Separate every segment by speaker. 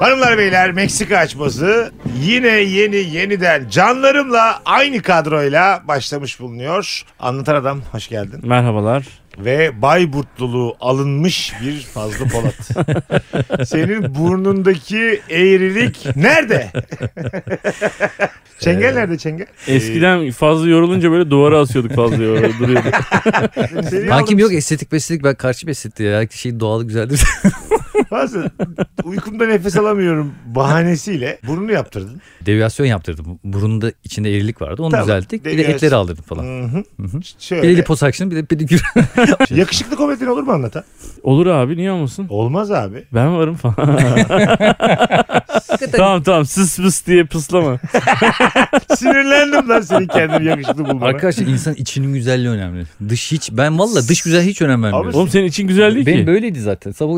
Speaker 1: Hanımlar beyler Meksika açması yine yeni yeniden canlarımla aynı kadroyla başlamış bulunuyor. Anlatan adam hoş geldin.
Speaker 2: Merhabalar.
Speaker 1: Ve Bayburtluluğu alınmış bir Fazlı Polat. Senin burnundaki eğrilik nerede? çengel nerede çengel?
Speaker 2: Eskiden fazla yorulunca böyle duvara asıyorduk fazla yorulunca duruyorduk.
Speaker 1: Seni
Speaker 3: Hakim
Speaker 1: aldım.
Speaker 3: yok estetik bestetik ben karşı bestetik ya. Her şey doğal güzeldir.
Speaker 1: Fazlı uykumda nefes alamıyorum bahanesiyle burnunu yaptırdın.
Speaker 3: Deviyasyon yaptırdım. Burunda içinde erilik vardı. Onu
Speaker 1: Tamam,
Speaker 3: düzelttik. Bir de
Speaker 1: deviyasyon.
Speaker 3: etleri aldırdım falan.
Speaker 1: Hı hı.
Speaker 3: Bir de
Speaker 1: Şöyle.
Speaker 3: liposuction bir de pedikür.
Speaker 1: Yakışıklı komedyen olur mu anlatan?
Speaker 2: Olur abi niye olmasın?
Speaker 1: Olmaz abi.
Speaker 2: Ben varım falan. tamam tamam sıs pıs diye pıslama.
Speaker 1: Sinirlendim lan senin kendini yakışıklı bulmana.
Speaker 3: Arkadaşlar insan içinin güzelliği önemli. Dış hiç. Ben valla dış güzel hiç önem vermiyorum.
Speaker 2: Oğlum senin için güzel değil
Speaker 3: Benim
Speaker 2: ki.
Speaker 3: böyleydi zaten. Sabah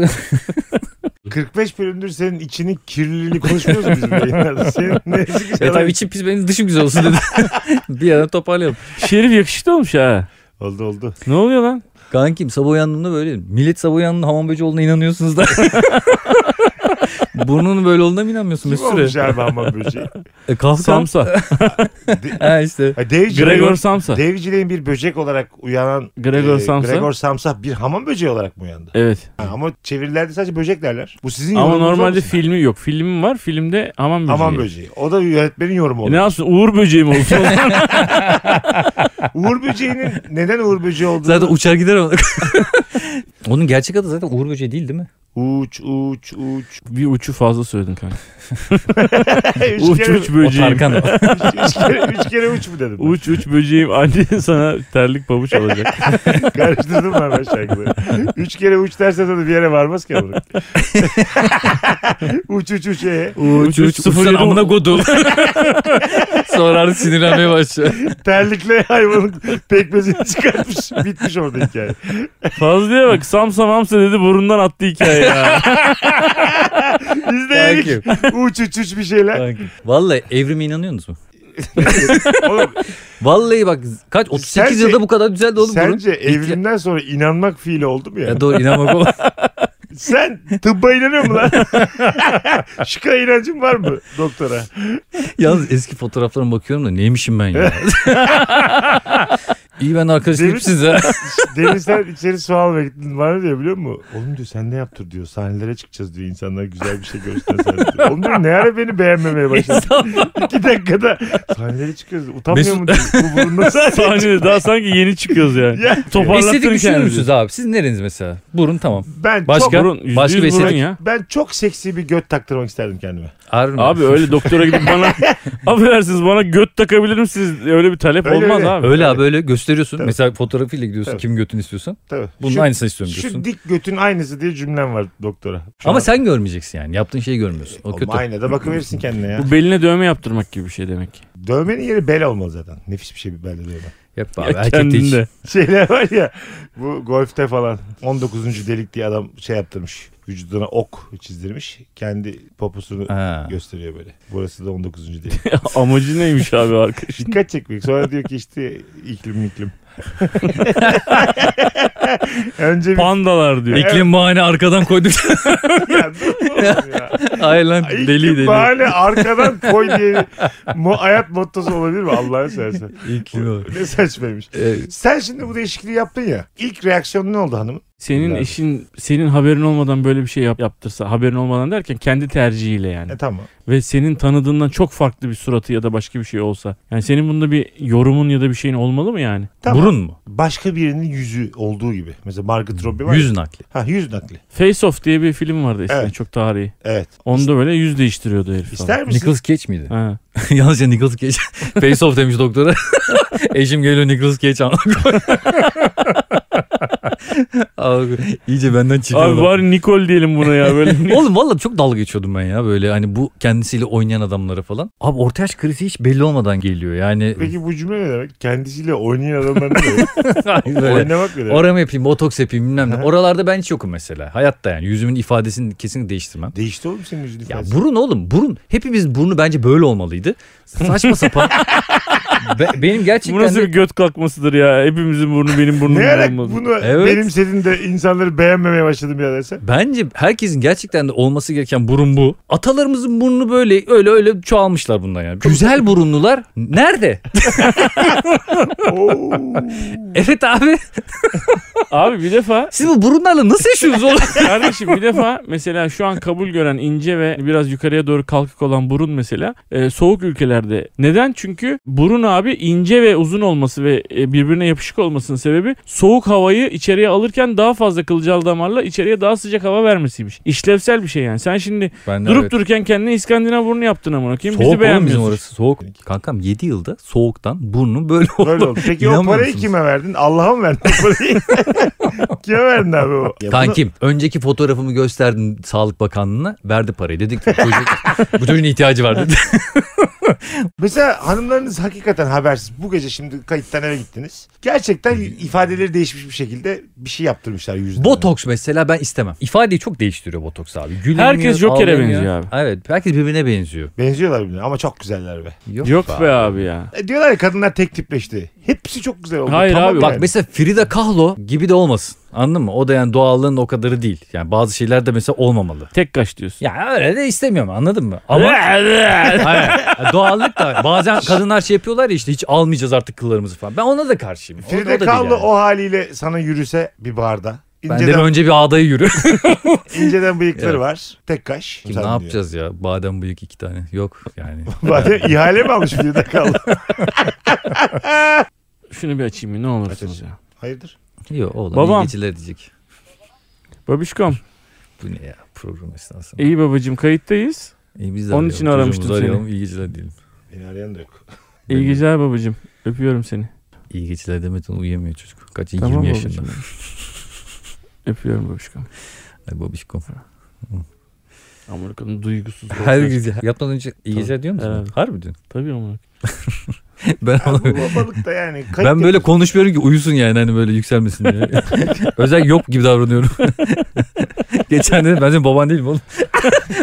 Speaker 1: 45 bölümdür senin içinin kirliliğini konuşmuyoruz mu bizim yayınlarda. Senin ne yazık ki
Speaker 3: ya
Speaker 1: yalan-
Speaker 3: tabii içim pis benim dışım güzel olsun dedi. bir ara toparlayalım.
Speaker 2: Şerif yakışıklı olmuş ha.
Speaker 1: Oldu oldu.
Speaker 2: Ne oluyor lan?
Speaker 3: Kankim sabah uyandığımda böyle millet sabah uyandığında hamam böceği olduğuna inanıyorsunuz da. Burnunun böyle olduğuna mı inanmıyorsun
Speaker 1: Kim
Speaker 3: Mesut
Speaker 1: olmuş
Speaker 3: Süre?
Speaker 1: abi hamam böceği?
Speaker 3: E, Kafka.
Speaker 2: Samsa.
Speaker 3: Ha işte.
Speaker 1: Ha, Dave
Speaker 2: Gregor
Speaker 1: Gregor...
Speaker 2: Samsa.
Speaker 1: Dave Gillespie'in bir böcek olarak uyanan e,
Speaker 2: Gregor Samsa.
Speaker 1: Gregor Samsa bir hamam böceği olarak mı uyandı?
Speaker 2: Evet.
Speaker 1: Ha, ama çevirilerde sadece böcek derler. Bu sizin
Speaker 2: Ama
Speaker 1: yorumunuz
Speaker 2: normalde
Speaker 1: olmasın?
Speaker 2: filmi yok. Filmim var. Filmde hamam böceği.
Speaker 1: Hamam böceği. O da yönetmenin yorumu
Speaker 2: E Ne
Speaker 1: oldu.
Speaker 2: yapsın? Uğur böceği mi olsun?
Speaker 1: Uğur böceğinin neden Uğur böceği olduğunu...
Speaker 3: Zaten uçar gider ama. Onun gerçek adı zaten Uğur Böceği değil değil mi?
Speaker 1: Uç, uç, uç.
Speaker 2: bir uçu fazla söyledin kanka.
Speaker 1: üç,
Speaker 2: uç
Speaker 1: kere,
Speaker 2: uç
Speaker 3: O
Speaker 2: böceğim.
Speaker 3: Tarkan. o.
Speaker 1: üç, kere, üç kere uç mu dedim? ben?
Speaker 2: Uç uç böceğim. Anne sana terlik pabuç alacak.
Speaker 1: Karıştırdım ben ben şarkıları. Üç kere uç derse tabii bir yere varmaz ki bunu. uç uç uç e.
Speaker 2: Uç, uç, sıfır
Speaker 3: uçsan
Speaker 2: yedi-
Speaker 3: amına kodum. Sonra artık sinirlenmeye başlıyor.
Speaker 1: Terlikle hayvanın pekmezini çıkartmış. Bitmiş orada hikaye.
Speaker 2: Fazlıya bak samsa mamsa dedi burundan attı hikaye ya.
Speaker 1: İzleyelim. uç uç uç bir şeyler.
Speaker 3: Vallahi evrime inanıyorsunuz mu?
Speaker 1: Oğlum,
Speaker 3: Vallahi bak kaç 38
Speaker 1: Sence-
Speaker 3: yılda bu kadar düzeldi oğlum burun.
Speaker 1: sence evrimden sonra inanmak fiili oldu mu ya?
Speaker 3: Ya doğru inanmak o.
Speaker 1: Sen tıbba inanıyor musun lan? Şıka inancın var mı doktora?
Speaker 3: Yalnız eski fotoğraflarıma bakıyorum da neymişim ben ya. İyi ben arkadaş
Speaker 1: Değil mi?
Speaker 3: gibisiniz ha.
Speaker 1: Deniz sen içeri su almaya gittin bana diyor biliyor musun? Oğlum diyor sen ne yaptır diyor. Sahnelere çıkacağız diyor. İnsanlar güzel bir şey görsün sen diyor. Oğlum diyor ne ara beni beğenmemeye başladı. İki dakikada sahnelere çıkıyoruz. Utanmıyor
Speaker 3: Mesut-
Speaker 1: mu diyor. Bu burnunda sahneye
Speaker 2: Sahnede daha sanki yeni çıkıyoruz yani.
Speaker 1: Ya
Speaker 3: Estetik
Speaker 2: Toparlattın
Speaker 3: düşünür
Speaker 2: kendini.
Speaker 3: müsünüz abi? Siz nereniz mesela? Burun tamam.
Speaker 1: ben
Speaker 3: Başka?
Speaker 1: çok
Speaker 2: Burun, yüzde
Speaker 3: Başka
Speaker 2: yüz
Speaker 3: bir
Speaker 2: burun
Speaker 3: estetik-
Speaker 2: ya.
Speaker 1: ben çok seksi bir göt taktırmak isterdim kendime.
Speaker 3: Ağrı mı?
Speaker 2: Abi öyle doktora gidip bana affedersiniz bana göt takabilir misiniz? Öyle bir talep
Speaker 1: Öyle
Speaker 2: olmaz
Speaker 1: öyle.
Speaker 2: abi.
Speaker 3: Öyle abi öyle gösteriyorsun.
Speaker 1: Tabii.
Speaker 3: Mesela fotoğrafıyla gidiyorsun
Speaker 1: Tabii.
Speaker 3: kim götünü istiyorsan.
Speaker 1: Tabii.
Speaker 3: Bunun
Speaker 1: şu,
Speaker 3: aynısını istiyorum diyorsun.
Speaker 1: şu dik götün aynısı diye cümlem var doktora. Şu
Speaker 3: Ama
Speaker 1: an-
Speaker 3: sen görmeyeceksin yani. Yaptığın şeyi görmüyorsun. O
Speaker 1: Oğlum
Speaker 3: kötü.
Speaker 1: aynada bakıverirsin kendine ya.
Speaker 2: Bu beline dövme yaptırmak gibi bir şey demek.
Speaker 1: Dövmenin yeri bel olmalı zaten. Nefis bir şey bir belde dövme.
Speaker 3: Yap abi.
Speaker 2: Ya
Speaker 3: Erkek değil.
Speaker 2: kendinde.
Speaker 1: şeyler var ya bu golfte falan 19. delik diye adam şey yaptırmış vücuduna ok çizdirmiş kendi poposunu
Speaker 3: Ha.
Speaker 1: gösteriyor böyle. Burası da 19. delik.
Speaker 2: Amacı neymiş abi arkadaş?
Speaker 1: Dikkat çekmek. Sonra diyor ki işte iklim iklim. Önce bir
Speaker 2: Pandalar diyor.
Speaker 3: İklim bahane arkadan koyduk.
Speaker 1: ya, dur oğlum ya.
Speaker 3: Hayır lan
Speaker 1: İklim
Speaker 3: deli deli.
Speaker 1: bahane arkadan koy diye bir mo- hayat mottosu olabilir mi Allah'ını seversen?
Speaker 3: İklim o.
Speaker 1: Ne saçmaymış.
Speaker 3: Ee,
Speaker 1: Sen şimdi bu değişikliği yaptın ya. İlk reaksiyon ne oldu hanımın?
Speaker 2: Senin
Speaker 1: Güzel.
Speaker 2: eşin senin haberin olmadan böyle bir şey yap- yaptırsa haberin olmadan derken kendi tercihiyle yani.
Speaker 1: E tamam.
Speaker 2: ve senin tanıdığından çok farklı bir suratı ya da başka bir şey olsa. Yani senin bunda bir yorumun ya da bir şeyin olmalı mı yani?
Speaker 1: Tamam.
Speaker 3: Burun mu?
Speaker 1: başka birinin yüzü olduğu gibi. Mesela Margot Robbie var. ya.
Speaker 3: Yüz nakli.
Speaker 1: Ha yüz nakli.
Speaker 2: Face Off diye bir film vardı eskiden
Speaker 1: Evet.
Speaker 2: çok tarihi.
Speaker 1: Evet.
Speaker 2: Onda böyle yüz değiştiriyordu herif. falan.
Speaker 1: İster misin?
Speaker 3: Nicolas Cage miydi?
Speaker 2: Ha.
Speaker 3: Yalnızca Nicolas Cage. Face off demiş doktora. Eşim geliyor Nicolas Cage anlıyor. Abi iyice benden çıkıyor.
Speaker 2: Abi
Speaker 3: lan.
Speaker 2: var Nikol diyelim buna ya böyle.
Speaker 3: Oğlum valla çok dalga geçiyordum ben ya böyle hani bu kendisiyle oynayan adamlara falan. Abi orta yaş krizi hiç belli olmadan geliyor yani.
Speaker 1: Peki bu cümle ne demek? Kendisiyle oynayan adamlar ne demek?
Speaker 3: böyle.
Speaker 1: Oynamak ne demek?
Speaker 3: Oram yapayım, botoks yapayım bilmem ne.
Speaker 1: Aha.
Speaker 3: Oralarda ben hiç yokum mesela. Hayatta yani yüzümün ifadesini kesin değiştirmem.
Speaker 1: Değişti oğlum senin yüzün
Speaker 3: Ya
Speaker 1: ifadesi.
Speaker 3: burun oğlum burun. Hepimiz burnu bence böyle olmalıydı. Saçma sapan. Be- benim
Speaker 2: Bu
Speaker 3: gerçekten
Speaker 2: nasıl
Speaker 3: de-
Speaker 2: bir göt kalkmasıdır ya? Hepimizin burnu benim burnum
Speaker 1: Ne ara
Speaker 2: olmadı.
Speaker 1: bunu
Speaker 3: Evet.
Speaker 1: benimsedin de insanları beğenmemeye başladım ya dersen.
Speaker 3: Bence herkesin gerçekten de olması gereken burun bu. Atalarımızın burnu böyle öyle öyle çoğalmışlar bundan yani. Güzel burunlular nerede?
Speaker 1: Oo.
Speaker 3: Evet abi
Speaker 2: Abi bir defa
Speaker 3: siz bu burunlarla nasıl yaşıyorsunuz oğlum?
Speaker 2: kardeşim bir defa mesela şu an kabul gören ince ve biraz yukarıya doğru kalkık olan burun mesela e, soğuk ülkelerde. Neden? Çünkü burun abi ince ve uzun olması ve e, birbirine yapışık olmasının sebebi soğuk havayı içeriye alırken daha fazla kılcal damarla içeriye daha sıcak hava vermesiymiş. İşlevsel bir şey yani. Sen şimdi
Speaker 3: Ben
Speaker 2: durup dururken kendine İskandinav burnu yaptın amına koyayım. Bizi
Speaker 3: Soğuk oğlum bizim
Speaker 2: beğenmiyorsun.
Speaker 3: orası soğuk. Kankam 7 yılda soğuktan burnum böyle oldu.
Speaker 1: Böyle oldu. Peki o
Speaker 3: İnanmıyor
Speaker 1: parayı
Speaker 3: musunuz?
Speaker 1: kime verdin? Allah'a mı verdin o parayı? kime verdin abi o?
Speaker 3: Kankim önceki fotoğrafımı gösterdim Sağlık Bakanlığı'na verdi parayı. Dedik ki çocuk, bu çocuğun ihtiyacı var dedi.
Speaker 1: Mesela hanımlarınız hakikaten habersiz. Bu gece şimdi kayıttan eve gittiniz. Gerçekten ifadeleri değişmiş bir şekilde bir şey yaptırmışlar yüzüne.
Speaker 3: botoks mesela ben istemem. İfadeyi çok değiştiriyor botoks abi. Gülünmüyor,
Speaker 2: Herkes Joker'e
Speaker 3: ağlamıyor.
Speaker 2: benziyor abi.
Speaker 3: Evet herkes birbirine benziyor.
Speaker 1: Benziyorlar birbirine ama çok güzeller be.
Speaker 2: Yok be abi ya.
Speaker 1: E, diyorlar ya kadınlar tek tipleşti. Hepsi çok güzel oldu.
Speaker 2: Hayır abi,
Speaker 3: Bak
Speaker 1: yani.
Speaker 3: mesela Frida Kahlo gibi de olmasın. Anladın mı? O da yani doğallığın o kadarı değil. Yani bazı şeyler de mesela olmamalı.
Speaker 2: Tek kaç diyorsun.
Speaker 3: Ya öyle de istemiyorum anladın mı? Ama Hayır, hayır. doğallık da bazen kadınlar şey yapıyorlar ya işte hiç almayacağız artık kıllarımızı falan. Ben ona da karşıyım. O da-
Speaker 1: Frida
Speaker 3: o da değil
Speaker 1: Kahlo
Speaker 3: yani.
Speaker 1: o haliyle sana yürüse bir barda.
Speaker 3: Ben derim
Speaker 1: İnceden,
Speaker 3: önce bir ağdayı yürü.
Speaker 1: inceden bıyıkları
Speaker 3: Evet.
Speaker 1: var. Tek kaş.
Speaker 3: Kim,
Speaker 1: Sen
Speaker 3: ne
Speaker 1: diyor.
Speaker 3: yapacağız ya? Badem bıyık iki tane. Yok yani.
Speaker 1: Bari ihale mi almış Frida Kahlo?
Speaker 2: Şunu bir açayım bir ne olursunuz
Speaker 1: Aç,
Speaker 2: ya.
Speaker 1: Hayırdır?
Speaker 3: Yok oğlum
Speaker 2: Babam.
Speaker 3: iyi geceler diyecek.
Speaker 2: Babişkom
Speaker 3: Bu ne ya program esnasında.
Speaker 2: iyi babacığım kayıttayız.
Speaker 3: İyi, biz
Speaker 2: Onun
Speaker 3: arayalım.
Speaker 2: için aramıştım
Speaker 3: Çocuğumuzu
Speaker 2: seni.
Speaker 3: arayalım, İyi geceler diyelim.
Speaker 1: Beni arayan da yok.
Speaker 2: İyi
Speaker 3: Benim-
Speaker 2: geceler babacığım. Öpüyorum seni.
Speaker 3: İyi geceler demeden uyuyamıyor çocuk. Kaç
Speaker 2: Tamam
Speaker 3: 20
Speaker 2: babacığım.
Speaker 3: yaşında.
Speaker 2: Öpüyorum babişkom.
Speaker 3: Ay babişkom.
Speaker 2: Amına koyayım duygusuz.
Speaker 3: Her gece yapmadan önce iyi
Speaker 2: Tabii.
Speaker 3: geceler diyor musun?
Speaker 2: Evet.
Speaker 3: Harbi diyorsun.
Speaker 2: Tabii amına.
Speaker 3: Ben
Speaker 1: Ya bu babalık da yani. kayıt
Speaker 3: ben böyle konuşmuyorum ki uyusun yani hani böyle yükselmesin diye. Özel yok gibi davranıyorum. Geçen dedim ben senin baban değilim oğlum.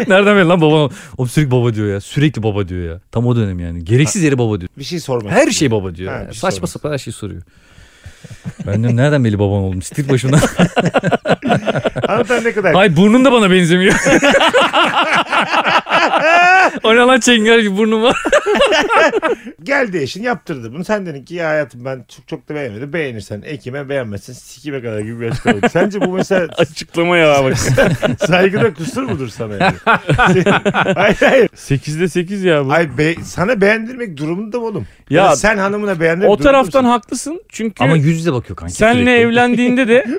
Speaker 3: Nereden beri lan baban? Oğlum sürekli baba diyor ya. Sürekli baba diyor ya. Tam o dönem yani. Gereksiz yere baba diyor.
Speaker 1: Bir şey sorma.
Speaker 3: Her şey baba diyor.
Speaker 1: Ha,
Speaker 3: yani.
Speaker 1: bir şey
Speaker 3: Saçma
Speaker 1: sormak.
Speaker 3: sapan her şeyi soruyor. Ben diyorum nereden beri baban oldum? Stil başımdan. şey-
Speaker 1: Anlatan ne kadar
Speaker 3: Ay burnun da bana benzemiyor. o ne lan çengar gibi burnum var.
Speaker 1: Geldi eşin yaptırdı bunu. Sen dedin ki ya hayatım ben çok çok da beğenmedim. Beğenirsen ekime beğenmezsen sikime kadar gibi bir açıklama. Sence bu mesela
Speaker 2: Açıklama ya bak.
Speaker 1: saygıda kusur mudur sana yani? Senin- hayır hayır.
Speaker 2: 8'de 8 ya bu.
Speaker 1: Ay be- sana beğendirmek durumunda mı oğlum? Ya,
Speaker 2: ya
Speaker 1: sen hanımına beğendirmek
Speaker 2: o taraftan
Speaker 1: durumunda
Speaker 2: haklısın. Çünkü
Speaker 3: Ama yüz yüze bakıyor kanka. sürekli.
Speaker 2: senle evlendiğinde de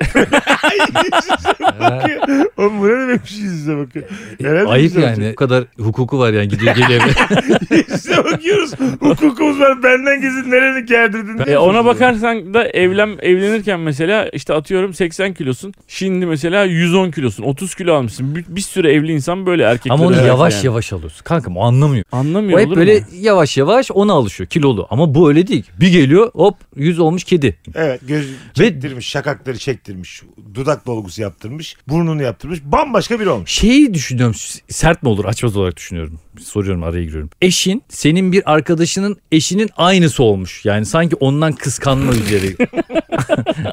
Speaker 1: mısın? Oğlum bu ne demek yüz yüze bakıyor.
Speaker 2: E,
Speaker 1: Herhalde
Speaker 3: Ayıp
Speaker 1: yüze
Speaker 3: yani. Bu kadar hukuku var yani gidiyor geliyor.
Speaker 1: bakıyor. Yüze bakıyoruz. Hukukumuz var. Benden gezin nereni gerdirdin.
Speaker 2: E
Speaker 1: diye
Speaker 2: ona
Speaker 1: soruyoruz.
Speaker 2: bakarsan da evlen evlenirken mesela işte atıyorum 80 kilosun. Şimdi mesela 110 kilosun. 30 kilo almışsın. Bir, bir sürü evli insan böyle erkekler.
Speaker 3: Ama onu yavaş yavaş alıyorsun. Kankam o anlamıyor.
Speaker 2: Anlamıyor
Speaker 3: O hep
Speaker 2: olur
Speaker 3: böyle
Speaker 2: mu?
Speaker 3: yavaş yavaş ona alışıyor kilolu. Ama bu öyle değil. Bir geliyor hop yüz olmuş kedi.
Speaker 1: Evet göz çektirmiş, şakakları çektirmiş, dudak dolgusu yaptırmış, burnunu yaptırmış. Bambaşka biri olmuş.
Speaker 3: Şeyi düşünüyorum s- sert mi olur açmaz olarak düşünüyorum. Soruyorum araya giriyorum. Eşin senin bir arkadaşının eşinin aynısı olmuş. Yani sanki ondan kıskanma üzere.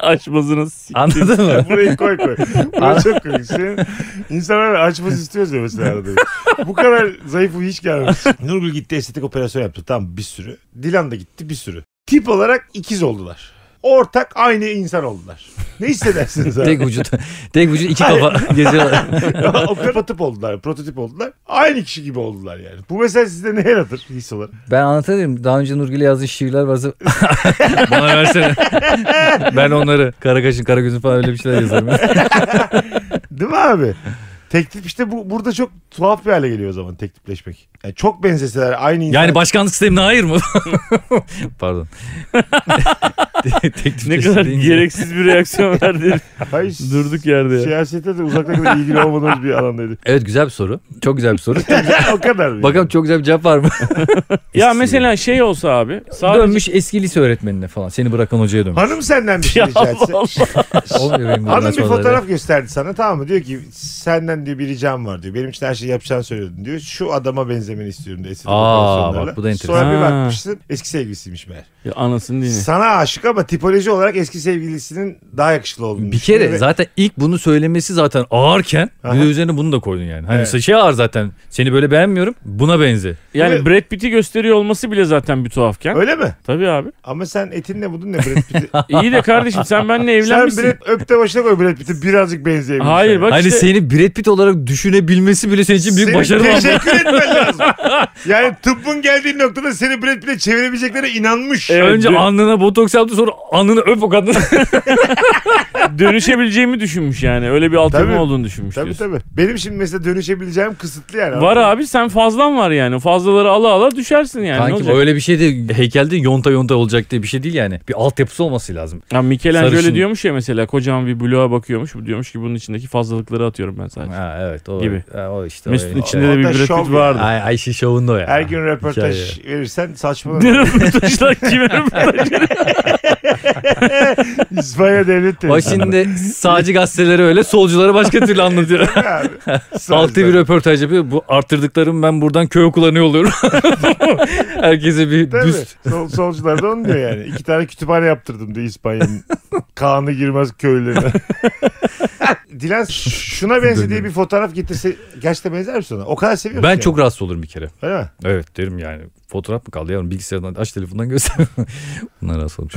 Speaker 2: Açmazını s-
Speaker 3: Anladın mı?
Speaker 1: Burayı koy koy. Burası çok komik. Senin insanlar açmaz istiyoruz ya mesela arada. Bu kadar zayıfım hiç gelmemiş. Nurgül gitti estetik operasyon yaptı. Tamam bir sürü. Dilan da gitti bir sürü. Tip olarak ikiz oldular. Ortak aynı insan oldular. Ne hissedersiniz abi?
Speaker 3: tek vücut. Tek vücut iki kafa geziyorlar.
Speaker 1: o prototip oldular, prototip oldular. Aynı kişi gibi oldular yani. Bu mesela sizde ne yaratır his olarak?
Speaker 3: Ben anlatayım. Daha önce Nurgül'e yazdığı şiirler varsa bana versene. ben onları kara kaşın kara gözün falan öyle bir şeyler yazarım.
Speaker 1: Değil mi abi? Teklif işte bu burada çok tuhaf bir hale geliyor o zaman teklifleşmek. Yani çok benzeseler aynı insan.
Speaker 3: Yani başkanlık sistemine hayır mı? Pardon. Teklif
Speaker 2: ne
Speaker 3: teşhis
Speaker 2: kadar
Speaker 3: deyince.
Speaker 2: gereksiz bir reaksiyon verdi.
Speaker 1: Hayır,
Speaker 2: Durduk yerde
Speaker 3: Şey,
Speaker 2: ya.
Speaker 1: Siyasete de uzakta kadar ilgili olmadığımız bir alandaydı.
Speaker 3: Evet güzel bir soru. Çok güzel bir soru.
Speaker 1: o kadar. mı?
Speaker 3: Bakalım çok güzel bir cevap var mı?
Speaker 2: Ya mesela şey olsa abi. Sadece
Speaker 3: Dönmüş eski lise öğretmenine falan. Seni bırakan hocaya dönmüş.
Speaker 1: Hanım senden bir şey
Speaker 2: Ya
Speaker 1: rica etse.
Speaker 2: Allah Allah.
Speaker 3: Olmuyor benim bu
Speaker 1: Hanım bir
Speaker 3: saçmaları.
Speaker 1: fotoğraf gösterdi sana tamam mı? Diyor ki senden diyor bir ricam var diyor. Benim için her şeyi yapacağını söylüyordun diyor. Şu adama benzemeni istiyorum diyor. estetik
Speaker 3: Aa,
Speaker 1: operasyonlarla.
Speaker 3: bak bu da enteresan.
Speaker 1: Sonra bir
Speaker 2: Ha.
Speaker 1: bakmışsın eski sevgilisiymiş meğer.
Speaker 2: Ya E, anasını dini.
Speaker 1: Sana aşık ama tipoloji olarak eski sevgilisinin daha yakışıklı olduğunu
Speaker 3: Bir
Speaker 1: düşünüyor
Speaker 3: kere
Speaker 1: ve-
Speaker 3: zaten ilk bunu söylemesi zaten ağırken bir
Speaker 1: Aha.
Speaker 3: de üzerine bunu da koydun yani. Hani
Speaker 1: Evet.
Speaker 3: şey ağır zaten. Seni böyle beğenmiyorum. Buna benze.
Speaker 2: Yani
Speaker 1: Evet.
Speaker 2: Brad Pitt'i gösteriyor olması bile zaten bir tuhafken.
Speaker 1: Öyle mi?
Speaker 2: Tabii abi.
Speaker 1: Ama sen etinle budun ne Brad Pitt'i?
Speaker 2: İyi de kardeşim sen benimle
Speaker 1: sen
Speaker 2: evlenmişsin.
Speaker 1: Brad öpte başına koy Brad Pitt'i birazcık benzeyebilirsin.
Speaker 2: Hayır bak
Speaker 3: hani
Speaker 2: işte.
Speaker 3: seni Brad Pitt olarak düşünebilmesi bile senin için büyük
Speaker 1: Seni
Speaker 3: başarı oldu.
Speaker 1: teşekkür etmen lazım. Yani tıbbın geldiği noktada seni Brad Pitt'e çevirebileceklere inanmış.
Speaker 2: Evet.
Speaker 3: Önce
Speaker 2: Dö-
Speaker 3: alnına botoks yaptı sonra alnını öp o kadın.
Speaker 2: dönüşebileceğimi düşünmüş yani. Öyle bir
Speaker 1: Tabii.
Speaker 2: altyapı olduğunu düşünmüş
Speaker 1: Tabii
Speaker 2: diyorsun.
Speaker 1: tabii. Benim şimdi mesela dönüşebileceğim kısıtlı yani.
Speaker 2: Var abi sen fazlan var yani. Fazlaları ala ala düşersin yani. ne
Speaker 3: Kanki
Speaker 2: olacak?
Speaker 3: öyle bir şey de heykelde yonta yonta olacak diye bir şey değil yani. Bir altyapısı olması lazım.
Speaker 2: Ya Michelangelo
Speaker 3: Sarışın.
Speaker 2: diyormuş ya mesela kocaman bir bloğa bakıyormuş. Bu diyormuş ki bunun içindeki fazlalıkları atıyorum ben sadece.
Speaker 3: Ha evet o.
Speaker 2: Gibi.
Speaker 3: Ha, o işte. o-
Speaker 2: Mesut'un
Speaker 3: o-
Speaker 2: içinde de bir
Speaker 1: Orada şov
Speaker 2: Brad Pitt
Speaker 1: yani.
Speaker 2: vardı.
Speaker 3: Ay, Ayşe şovunda o ya.
Speaker 1: Her gün röportaj
Speaker 3: Hikaye.
Speaker 1: verirsen
Speaker 2: Ne
Speaker 1: saçmalanır.
Speaker 2: röportajlar kime röportaj?
Speaker 1: İspanya devlet
Speaker 3: O
Speaker 1: televizyonu.
Speaker 3: şimdi sağcı gazeteleri öyle solcuları başka türlü anlatıyor.
Speaker 1: Abi,
Speaker 3: Altı
Speaker 1: sözler.
Speaker 3: bir röportaj yapıyor. Bu arttırdıklarım ben buradan köy okullarına yolluyorum. Herkese bir
Speaker 1: Tabii.
Speaker 3: düst.
Speaker 1: Sol, solcular da onu diyor yani. İki tane kütüphane yaptırdım diyor İspanya'nın. Kaan'ı girmez köylerine. Dilan şuna benzediği bir fotoğraf getirse gerçekten benzer misin ona? O kadar seviyorsun.
Speaker 3: Ben
Speaker 1: yani.
Speaker 3: çok rahatsız olurum bir kere.
Speaker 1: Öyle mi?
Speaker 3: Evet derim yani. Fotoğraf mı kaldı yavrum? Bilgisayardan aç telefondan göster. Bunlar rahatsız olmuş.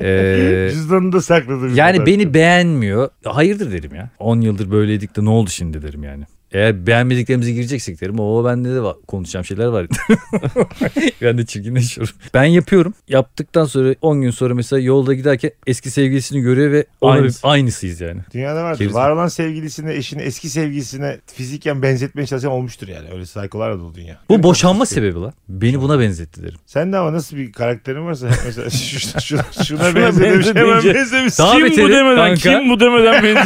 Speaker 3: Ee,
Speaker 1: Cüzdanında sakladı. bir
Speaker 3: yani
Speaker 1: fotoğraf.
Speaker 3: beni beğenmiyor. Hayırdır derim ya. 10 yıldır böyleydik de ne oldu şimdi derim yani. Eğer beğenmediklerimize gireceksek derim. O bende de var, konuşacağım şeyler var. ben de çirkinleşiyorum. Ben yapıyorum. Yaptıktan sonra 10 gün sonra mesela yolda giderken eski sevgilisini görüyor ve ona
Speaker 2: Aynısı.
Speaker 3: bir- aynısıyız yani.
Speaker 1: Dünyada vardır.
Speaker 3: Kerizlik.
Speaker 1: Var olan sevgilisini, eşini, eski sevgilisine fiziken benzetmeye çalışan olmuştur yani. Öyle saykolar da dolu dünya.
Speaker 3: Bu boşanma sebebi lan. Beni buna benzetti derim.
Speaker 1: Sen de ama nasıl bir karakterin varsa mesela şuna, şuna, şuna
Speaker 2: Şuna
Speaker 1: benzemiş hemen
Speaker 2: benzedince-
Speaker 1: benzemiş.
Speaker 3: Daha
Speaker 2: kim
Speaker 3: beteri
Speaker 2: bu demeden
Speaker 3: kanka.
Speaker 2: kim bu demeden beni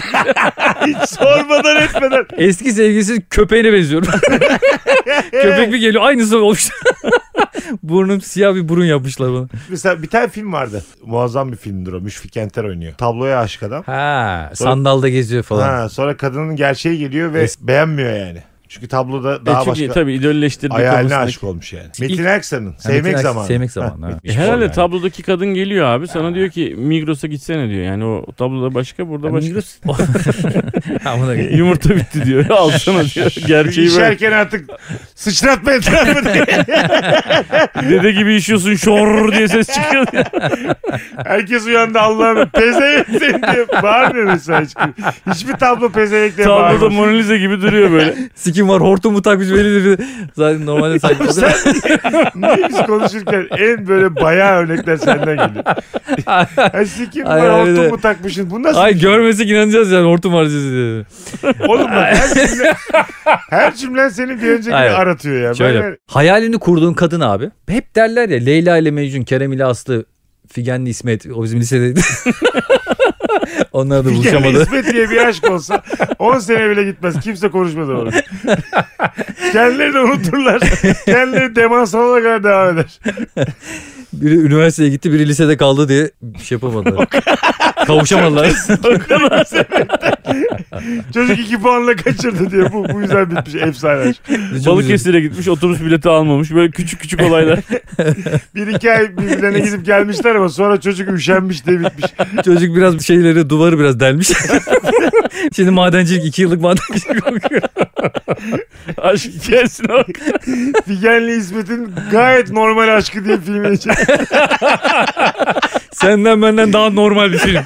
Speaker 1: Hiç sormadan etmeden.
Speaker 3: Eski sevgilisi köpeğine benziyorum. Köpek bir geliyor aynısı olmuş. Burnum siyah bir burun yapmışlar bana.
Speaker 1: Ee, Mesela bir tane film vardı. Muazzam bir filmdir o. Müşfik Enter oynuyor. Tabloya aşık adam.
Speaker 3: Ha, sandalda geziyor falan.
Speaker 1: Ha, sonra kadının gerçeği geliyor ve
Speaker 3: Es-
Speaker 1: beğenmiyor yani. Çünkü tabloda daha
Speaker 2: E çünkü
Speaker 1: başka
Speaker 2: tabii idolleştirdik
Speaker 1: hayaline
Speaker 2: kafasındaki.
Speaker 1: aşık olmuş yani. Metin Erksan'ın Sevmek
Speaker 3: Metin Aksu-
Speaker 1: Zamanı.
Speaker 3: Sevmek zamanı. ha.
Speaker 2: E herhalde
Speaker 3: Yani.
Speaker 2: tablodaki kadın geliyor abi sana diyor ki Migros'a gitsene diyor. Yani o tabloda başka burada
Speaker 3: Yani
Speaker 2: başka.
Speaker 3: Migros- Ha, buna gel.
Speaker 2: Yumurta bitti diyor. Alsana diyor. Gerçeği böyle.
Speaker 1: İşerken artık sıçratma etrafı diye.
Speaker 2: Dede gibi işiyorsun şor diye ses çıkıyor. diyor.
Speaker 1: Herkes uyandı Allah'ım pezevenk seni diye bağırmıyor mesela hiç. Hiçbir tablo pezevenk diye
Speaker 2: Tabloda
Speaker 1: bağırmıyor.
Speaker 2: Mona Lisa gibi duruyor böyle.
Speaker 3: Sikim var hortumu takmış beni de bir. Zaten normalde sakin.
Speaker 1: Niye biz konuşurken en böyle bayağı örnekler senden geliyor. Ay sikim var
Speaker 3: Ay, öyle.
Speaker 1: hortum mu takmışsın? Bu nasıl?
Speaker 3: Ay görmesek inanacağız yani hortum var diye.
Speaker 1: Oğlum bak her cümle, her cümlen seni bir öncekini
Speaker 3: Hayır.
Speaker 1: aratıyor ya.
Speaker 3: Şöyle
Speaker 1: Ben-
Speaker 3: hayalini kurduğun kadın abi. Hep derler ya Leyla ile Mecnun, Kerem ile Aslı, Figenli İsmet. O bizim lisedeydi. Onlar da
Speaker 1: Bir kere
Speaker 3: buluşamadı.
Speaker 1: İsmet diye bir aşk olsa 10 sene bile gitmez. Kimse konuşmaz onu. Kendileri de unuturlar. Kendileri demans olana kadar devam eder.
Speaker 3: Biri üniversiteye gitti, biri lisede kaldı diye bir şey yapamadılar. Kavuşamadılar.
Speaker 1: Çocuk 2 puanla kaçırdı diye. Bu, bu yüzden bitmiş efsane aşk.
Speaker 2: Balıkesir'e gitmiş otobüs bileti almamış. Böyle küçük küçük olaylar.
Speaker 1: Bir iki ay birbirlerine gidip gelmişler ama sonra çocuk üşenmiş diye bitmiş.
Speaker 3: Çocuk biraz şeyleri duvarı biraz delmiş. Şimdi madencilik iki yıllık madencilik okuyor.
Speaker 2: Aşk hikayesine bak.
Speaker 1: Figenli İsmet'in gayet normal aşkı diye filmi için.
Speaker 3: Senden benden daha normal bir film.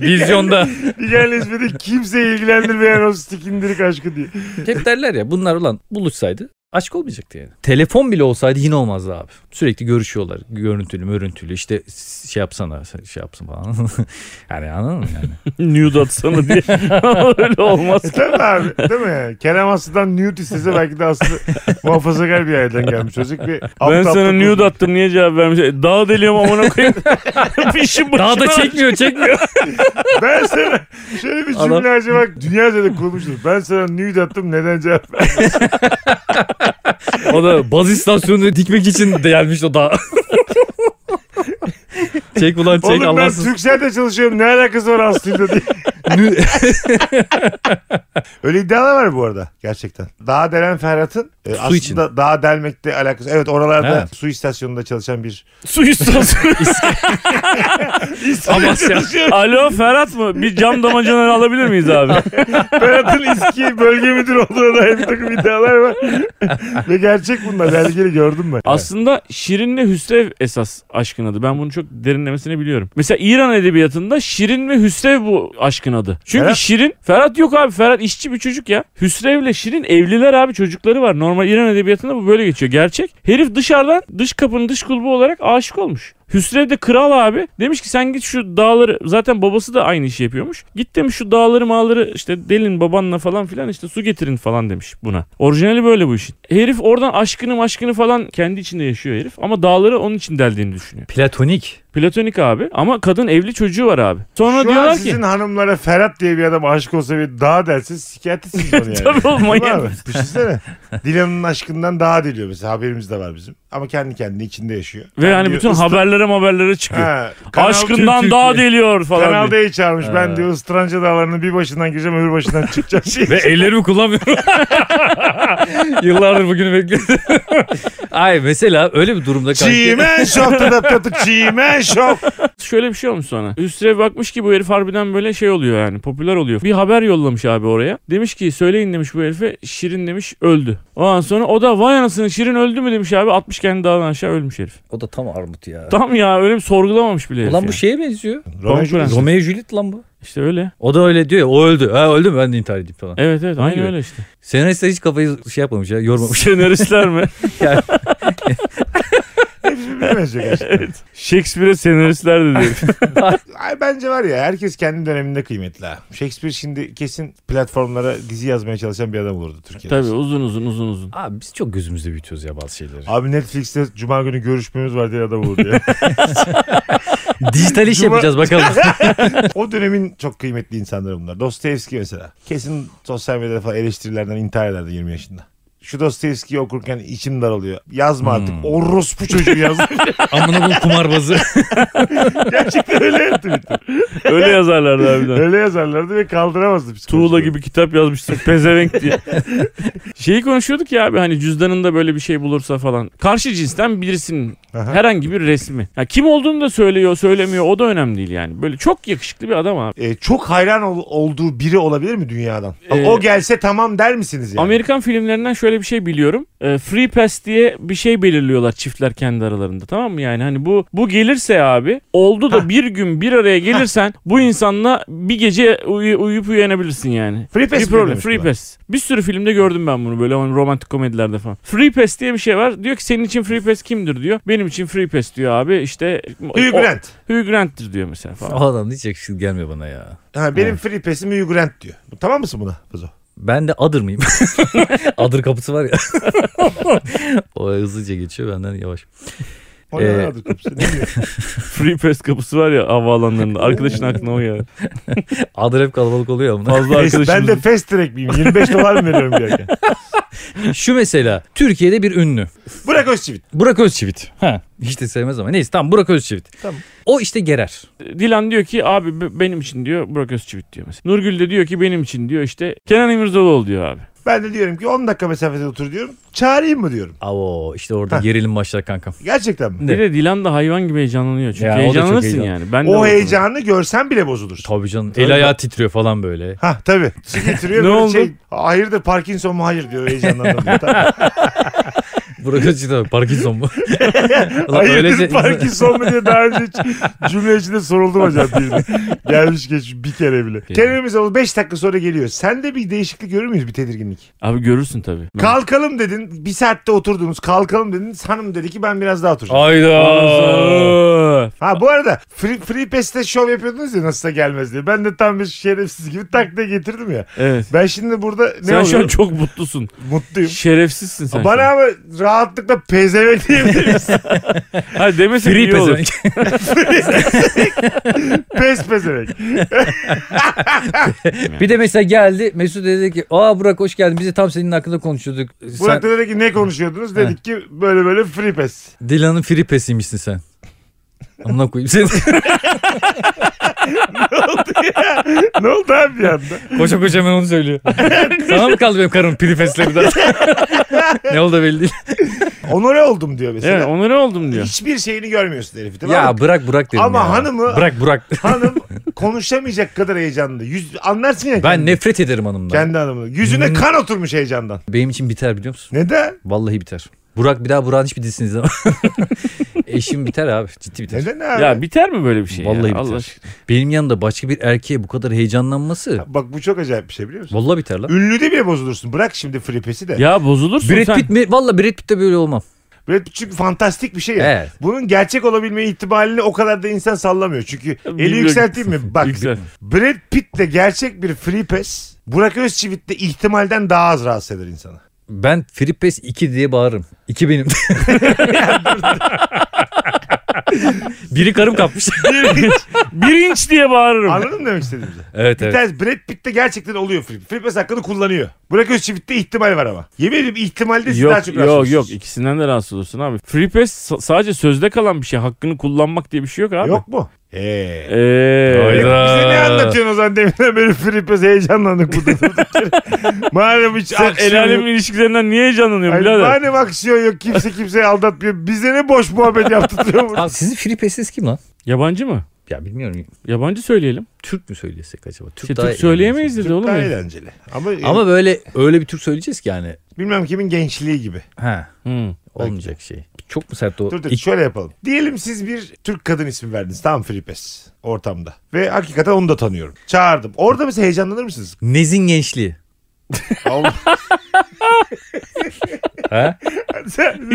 Speaker 3: Vizyonda.
Speaker 1: Figenli İsmet'in kimseyi ilgilendirmeyen o stikindirik aşkı diye.
Speaker 3: Hep derler ya bunlar ulan buluşsaydı Aşk olmayacaktı yani. Telefon bile olsaydı yine olmazdı abi. Sürekli görüşüyorlar. Görüntülü mörüntülü işte şey yapsana şey yapsın falan. yani anladın mı yani?
Speaker 2: Nude atsana diye. Öyle olmaz.
Speaker 1: Tabii abi değil mi? Kerem Aslı'dan nude istese belki de Aslı muhafazakar bir yerden gelmiş olacak. Bir
Speaker 2: Ben sana nude attım niye cevap vermiş? E, Dağa deliyorum amına koyayım. Fişi
Speaker 3: Daha da
Speaker 2: başına-
Speaker 3: çekmiyor çekmiyor.
Speaker 1: Ben sana şöyle bir
Speaker 3: Adam-
Speaker 1: cümle acaba dünya üzerinde kurmuştur. Ben sana nude attım neden cevap ver?
Speaker 3: o da baz istasyonunu dikmek için de gelmiş o daha. çek ulan çek
Speaker 1: Oğlum ben
Speaker 3: Allah'sız.
Speaker 1: Türkcell'de çalışıyorum ne alakası var Aslı'yla diye.
Speaker 3: Nü-
Speaker 1: Öyle iddialar var bu arada gerçekten. Daha delen Ferhat'ın e,
Speaker 3: Su
Speaker 1: aslında
Speaker 3: için.
Speaker 1: daha delmekte alakası. Evet oralarda
Speaker 3: Evet.
Speaker 1: su istasyonunda çalışan bir.
Speaker 2: Su istasyonu.
Speaker 3: Amasya.
Speaker 2: Alo Ferhat mı? Bir cam damacanayı alabilir miyiz abi?
Speaker 1: Ferhat'ın eski bölge müdürü olduğuna dair bir takım iddialar var. Ve gerçek bunlar. Belgeli gördüm ben.
Speaker 2: Aslında Şirin ve Hüsrev esas aşkın adı. Ben bunu çok derinlemesine biliyorum. Mesela İran edebiyatında Şirin ve Hüsrev bu aşkın adı. Çünkü
Speaker 1: Ferhat?
Speaker 2: Şirin, Ferhat yok abi. Ferhat işçi bir çocuk ya. Hüsrev ile Şirin evliler abi çocukları var. Normal İran edebiyatında bu böyle geçiyor. Gerçek. Herif dışarıdan dış kapının dış kulbu olarak aşık olmuş. Hüsrev de kral abi. Demiş ki sen git şu dağları zaten babası da aynı işi yapıyormuş. Git demiş şu dağları mağları işte delin babanla falan filan işte su getirin falan demiş buna. Orijinali böyle bu işin. Herif oradan aşkını maşkını falan kendi içinde yaşıyor herif. Ama dağları onun için deldiğini düşünüyor.
Speaker 3: Platonik.
Speaker 2: Platonik abi ama kadın evli çocuğu var abi. Sonra
Speaker 1: Şu an
Speaker 2: diyorlar ki.
Speaker 1: sizin hanımlara Ferhat diye bir adam aşık olsa bir daha dersin sikiyatrisiniz onu yani.
Speaker 2: Tabii
Speaker 1: Değil
Speaker 2: oğlum,
Speaker 1: mi
Speaker 2: manyak
Speaker 1: abi? Düşünsene. Dilan'ın aşkından daha deliyor mesela haberimiz de var bizim. Ama kendi kendini içinde yaşıyor.
Speaker 2: Ve yani
Speaker 1: diyor,
Speaker 2: bütün
Speaker 1: ıstı-
Speaker 2: haberlere haberlere çıkıyor.
Speaker 1: Ha, kanal-
Speaker 2: Aşkından
Speaker 3: Türk-
Speaker 2: daha
Speaker 3: Türkiye.
Speaker 2: deliyor falan.
Speaker 1: Kanal
Speaker 2: diye.
Speaker 1: D'yi çağırmış. Ben diyor Stranca Dağları'nın bir başından gireceğim öbür başından çıkacağım. Şey.
Speaker 3: Ve ellerimi kullanmıyorum. Yıllardır bugünü bekledim. Ay mesela öyle bir durumda kanki.
Speaker 1: Çimen şok tadı tadı çimen şok.
Speaker 2: Şöyle bir şey olmuş sonra. Hüsrev bakmış ki bu herif harbiden böyle şey oluyor yani popüler oluyor. Bir haber yollamış abi oraya. Demiş ki söyleyin demiş bu herife Şirin demiş öldü. O an sonra o da vay anasını Şirin öldü mü demiş abi atmış kendini dağdan aşağı ölmüş herif.
Speaker 3: O da tam armut ya.
Speaker 2: Tam ya öyle bir sorgulamamış bile herif
Speaker 3: Ulan bu
Speaker 2: yani.
Speaker 3: şeye benziyor.
Speaker 1: Romeo Juliet.
Speaker 2: Prens.
Speaker 3: Romeo Juliet lan bu.
Speaker 2: İşte öyle.
Speaker 3: O da öyle diyor ya, o öldü. Ha öldü mü ben de intihar edeyim falan.
Speaker 2: Evet evet aynı
Speaker 3: gibi?
Speaker 2: öyle işte.
Speaker 3: Senaristler hiç kafayı şey yapmamış ya yormamış.
Speaker 2: Senaristler mi?
Speaker 1: Hepsi birbirine benziyor gerçekten.
Speaker 2: Shakespeare senaristler de değil.
Speaker 1: Ay bence var ya herkes kendi döneminde kıymetli ha. Shakespeare şimdi kesin platformlara dizi yazmaya çalışan bir adam olurdu Türkiye'de.
Speaker 2: Tabii uzun uzun uzun uzun.
Speaker 3: Abi biz çok gözümüzde büyütüyoruz ya bazı şeyleri.
Speaker 1: Abi Netflix'te cuma günü görüşmemiz var diye adam olurdu ya.
Speaker 3: Dijital iş
Speaker 1: Cuma-
Speaker 3: yapacağız bakalım.
Speaker 1: o dönemin çok kıymetli insanları bunlar. Dostoyevski mesela. Kesin sosyal medyada falan eleştirilerden intihar ederdi 20 yaşında. Şu Dostoyevski'yi okurken içim daralıyor. Yazma artık.
Speaker 3: Hmm.
Speaker 1: Orospu çocuğu yazdı.
Speaker 3: Amına bu kumarbazı.
Speaker 1: Gerçekten öyle yaptı.
Speaker 2: Öyle yazarlardı harbiden.
Speaker 1: Öyle yazarlardı ve kaldıramazdı psikolojik.
Speaker 2: Tuğla gibi kitap yazmışsın pezevenk diye. Şeyi konuşuyorduk ya abi hani cüzdanında böyle bir şey bulursa falan. Karşı cinsten birisinin
Speaker 1: Aha.
Speaker 2: herhangi bir resmi. Ya kim olduğunu da söylüyor, söylemiyor o da önemli değil yani. Böyle çok yakışıklı bir adam abi.
Speaker 1: Ee, çok hayran ol- olduğu biri olabilir mi dünyadan?
Speaker 2: Ee,
Speaker 1: o gelse tamam der misiniz yani?
Speaker 2: Amerikan filmlerinden şöyle bir şey biliyorum. Ee, free pass diye bir şey belirliyorlar çiftler kendi aralarında tamam mı yani? Hani bu bu gelirse abi oldu da bir gün bir araya gelirsen bu insanla bir gece uyu- uyuyup uyanabilirsin yani.
Speaker 1: Free pass
Speaker 2: bir
Speaker 1: mi
Speaker 2: problem.
Speaker 1: demiş
Speaker 2: Free
Speaker 1: buna?
Speaker 2: pass. Bir sürü filmde gördüm ben bunu böyle hani romantik komedilerde falan. Free pass diye bir şey var. Diyor ki senin için free pass kimdir diyor. Benim için free pass diyor abi işte.
Speaker 1: Hugh
Speaker 2: o-
Speaker 1: Grant.
Speaker 2: Hugh Grant'tir diyor mesela
Speaker 3: o
Speaker 2: falan.
Speaker 3: adam hiç yakışıklı gelmiyor bana ya.
Speaker 1: Ha, benim free pass'im Hugh Grant diyor. Tamam mısın buna? Fuzo?
Speaker 3: Ben de adır mıyım? adır kapısı var ya. o hızlıca geçiyor benden yavaş.
Speaker 1: O ne
Speaker 2: E,
Speaker 3: Ee,
Speaker 1: lan adı kapısı? Ne diyor?
Speaker 2: Free pass kapısı var ya havaalanlarında. Arkadaşın aklına o ya.
Speaker 3: Adır hep kalabalık oluyor ama.
Speaker 2: Fazla arkadaşımız.
Speaker 1: ben de fast track miyim? 25 dolar mı veriyorum gereken?
Speaker 3: Şu mesela Türkiye'de bir ünlü.
Speaker 1: Bırak Özçivit.
Speaker 3: Burak Özçivit. Ha. Hiç de sevmez ama neyse tamam Burak Özçivit.
Speaker 1: Tamam.
Speaker 3: O işte gerer.
Speaker 2: Dilan diyor ki abi be- benim için diyor Burak Özçivit diyor mesela. Nurgül de diyor ki benim için diyor işte Kenan İmirzalıoğlu diyor abi.
Speaker 1: Ben de diyorum ki 10 dakika mesafede otur diyorum. Çağırayım mı diyorum.
Speaker 3: Avo işte orada
Speaker 1: Ha.
Speaker 3: gerilim başlar kankam.
Speaker 1: Gerçekten mi?
Speaker 3: Ne?
Speaker 2: Bir de Dilan da hayvan gibi heyecanlanıyor çünkü
Speaker 3: Ya, o da çok
Speaker 2: heyecanlanırsın
Speaker 3: heyecan.
Speaker 2: yani. Ben de
Speaker 1: O
Speaker 2: oldum.
Speaker 1: heyecanı görsen bile bozulur.
Speaker 3: Tabii canım.
Speaker 1: Tabii.
Speaker 3: El ayağı titriyor falan böyle.
Speaker 1: Ha tabii. Su getiriyor
Speaker 2: Ne
Speaker 1: böyle
Speaker 2: oldu?
Speaker 1: şey. Hayırdır Parkinson mu hayır diyor heyecanlandım. diyor. Tamam.
Speaker 3: Burak Özçivit Parkinson mu? Ulan
Speaker 1: Hayırdır
Speaker 3: öylece-
Speaker 1: Parkinson mu diye daha önce hiç cümle içinde soruldum acaba birine. Gelmiş geçmiş bir kere bile. Kelimemiz oldu 5 dakika sonra geliyor. Sen de bir değişiklik görür müyüz bir tedirginlik?
Speaker 2: Abi görürsün tabii.
Speaker 1: Kalkalım dedin. Bir saatte oturdunuz. Kalkalım dedin. Hanım dedi ki ben biraz daha oturacağım.
Speaker 3: Ayda.
Speaker 1: Ha bu arada Free, free Pass'te şov yapıyordunuz ya nasılsa gelmez diye. Ben de tam bir şerefsiz gibi tak diye getirdim ya.
Speaker 2: Evet.
Speaker 1: Ben şimdi burada ne
Speaker 2: sen şu an
Speaker 1: oluyorum?
Speaker 2: çok mutlusun.
Speaker 1: Mutluyum.
Speaker 2: Şerefsizsin sen.
Speaker 1: Bana
Speaker 2: şu an.
Speaker 1: ama rahatlıkla pezevenk diyebilir misin?
Speaker 2: Ha demesek
Speaker 3: Free
Speaker 2: iyi olur.
Speaker 3: pezevenk.
Speaker 1: Pes pezevenk.
Speaker 3: Bir de mesela geldi Mesut dedi ki aa Burak hoş geldin biz de tam senin hakkında konuşuyorduk.
Speaker 1: Burak
Speaker 3: Sen,
Speaker 1: da dedi ki ne konuşuyordunuz? Dedik ki böyle böyle free pass.
Speaker 3: Dilan'ın free pesiymişsin sen. Amına koyayım seni.
Speaker 1: ne oldu abi bir anda?
Speaker 3: koşa koşa hemen onu söylüyor. Sana mı kaldı benim karım free peslerimden? ne oldu belli değil.
Speaker 1: Onore oldum diyor mesela.
Speaker 2: Evet onları oldum diyor.
Speaker 1: Hiçbir şeyini görmüyorsun herifi değil mi?
Speaker 3: Ya
Speaker 1: Abi,
Speaker 3: bırak Burak dedim
Speaker 1: Ama
Speaker 3: ya.
Speaker 1: hanımı-
Speaker 3: Bırak Burak.
Speaker 1: hanım konuşamayacak kadar heyecanlı. Yüz, anlarsın ya
Speaker 3: Ben
Speaker 1: kendi,
Speaker 3: nefret ederim hanımdan.
Speaker 1: kendi hanımını. Yüzüne
Speaker 3: Hmm.
Speaker 1: kan oturmuş heyecandan.
Speaker 3: Benim için biter biliyor musun?
Speaker 1: Neden?
Speaker 3: Vallahi biter. Burak bir daha Burak'ın hiçbir dizisini izlemem. Eşim biter abi. Ciddi biter.
Speaker 1: Neden abi?
Speaker 2: Ya biter mi böyle bir şey?
Speaker 3: Vallahi
Speaker 2: ya?
Speaker 3: biter. Benim yanımda başka bir erkeğe bu kadar heyecanlanması.
Speaker 1: Bak bu çok acayip bir şey biliyor musun?
Speaker 3: Vallahi biter lan.
Speaker 1: Ünlüde bile bozulursun. Bırak şimdi fripesi de.
Speaker 2: Ya bozulursun
Speaker 3: Brad
Speaker 2: sen.
Speaker 3: Pitt mi? Valla Brad Pitt de böyle olmam.
Speaker 1: Brad Pitt çünkü fantastik bir şey ya.
Speaker 3: Evet.
Speaker 1: Bunun gerçek olabilme ihtimalini o kadar da insan sallamıyor. Çünkü eli
Speaker 2: Bilmiyorum.
Speaker 1: yükselteyim mi? Bak
Speaker 2: Yüksel.
Speaker 1: Brad Pitt'te gerçek bir free pass Burak Özçivit'te ihtimalden daha az rahatsız eder insanı.
Speaker 3: Ben Free Pass 2 diye bağırırım. 2 benim. Biri karım kapmış.
Speaker 2: Birinç diye bağırırım.
Speaker 1: Anladın mı demek istediğimizi?
Speaker 3: evet
Speaker 1: Bir
Speaker 3: evet.
Speaker 1: tanesi Brad Pitt'te gerçekten oluyor Free. Free Pass hakkını kullanıyor. Burak Özçivit'te ihtimal var ama. Yemin ediyorum ihtimalde siz daha
Speaker 2: Yok
Speaker 1: çok
Speaker 2: yok
Speaker 1: rahatsız
Speaker 2: yok
Speaker 1: olursunuz.
Speaker 2: ikisinden de rahatsız olursun abi. Free pass sa- sadece sözde kalan bir şey. Hakkını kullanmak diye bir şey yok abi.
Speaker 1: Yok mu? Eee.
Speaker 2: Ee,
Speaker 3: Hayda.
Speaker 1: Bize ne anlatıyorsun o zaman deminden beri Free Pass heyecanlandık burada. durduk yere. Madem hiç
Speaker 2: Sen el
Speaker 1: aksiyon
Speaker 2: alemin
Speaker 1: yok.
Speaker 2: ilişkilerinden niye heyecanlanıyorsun
Speaker 1: Hani
Speaker 2: birader?
Speaker 1: madem aksiyon yok kimse kimseyi aldatmıyor. Bize ne boş muhabbet yaptırıyor burada.
Speaker 3: Abi sizin Free Pass'iniz kim lan?
Speaker 2: Yabancı mı?
Speaker 3: Ya bilmiyorum.
Speaker 2: Yabancı söyleyelim.
Speaker 3: Türk mü söylesek acaba? Türk
Speaker 2: İşte
Speaker 3: daha
Speaker 2: Türk söyleyemeyiz
Speaker 3: eğlenceli.
Speaker 2: dedi oğlum.
Speaker 1: Daha
Speaker 2: ya.
Speaker 1: eğlenceli. Ama, e,
Speaker 3: Ama böyle öyle bir Türk söyleyeceğiz ki yani.
Speaker 1: bilmem kimin gençliği gibi.
Speaker 3: He.
Speaker 2: Hı.
Speaker 3: Olmayacak şey. Çok mu sert o?
Speaker 1: Dur dur
Speaker 3: İlk-
Speaker 1: şöyle yapalım. Diyelim siz bir Türk kadın ismi verdiniz. Tam Free Pass ortamda. Ve hakikaten onu da tanıyorum. Çağırdım. Orada mesela heyecanlanır mısınız?
Speaker 3: Nezin gençliği.
Speaker 1: Allah.
Speaker 3: He?
Speaker 1: Sen,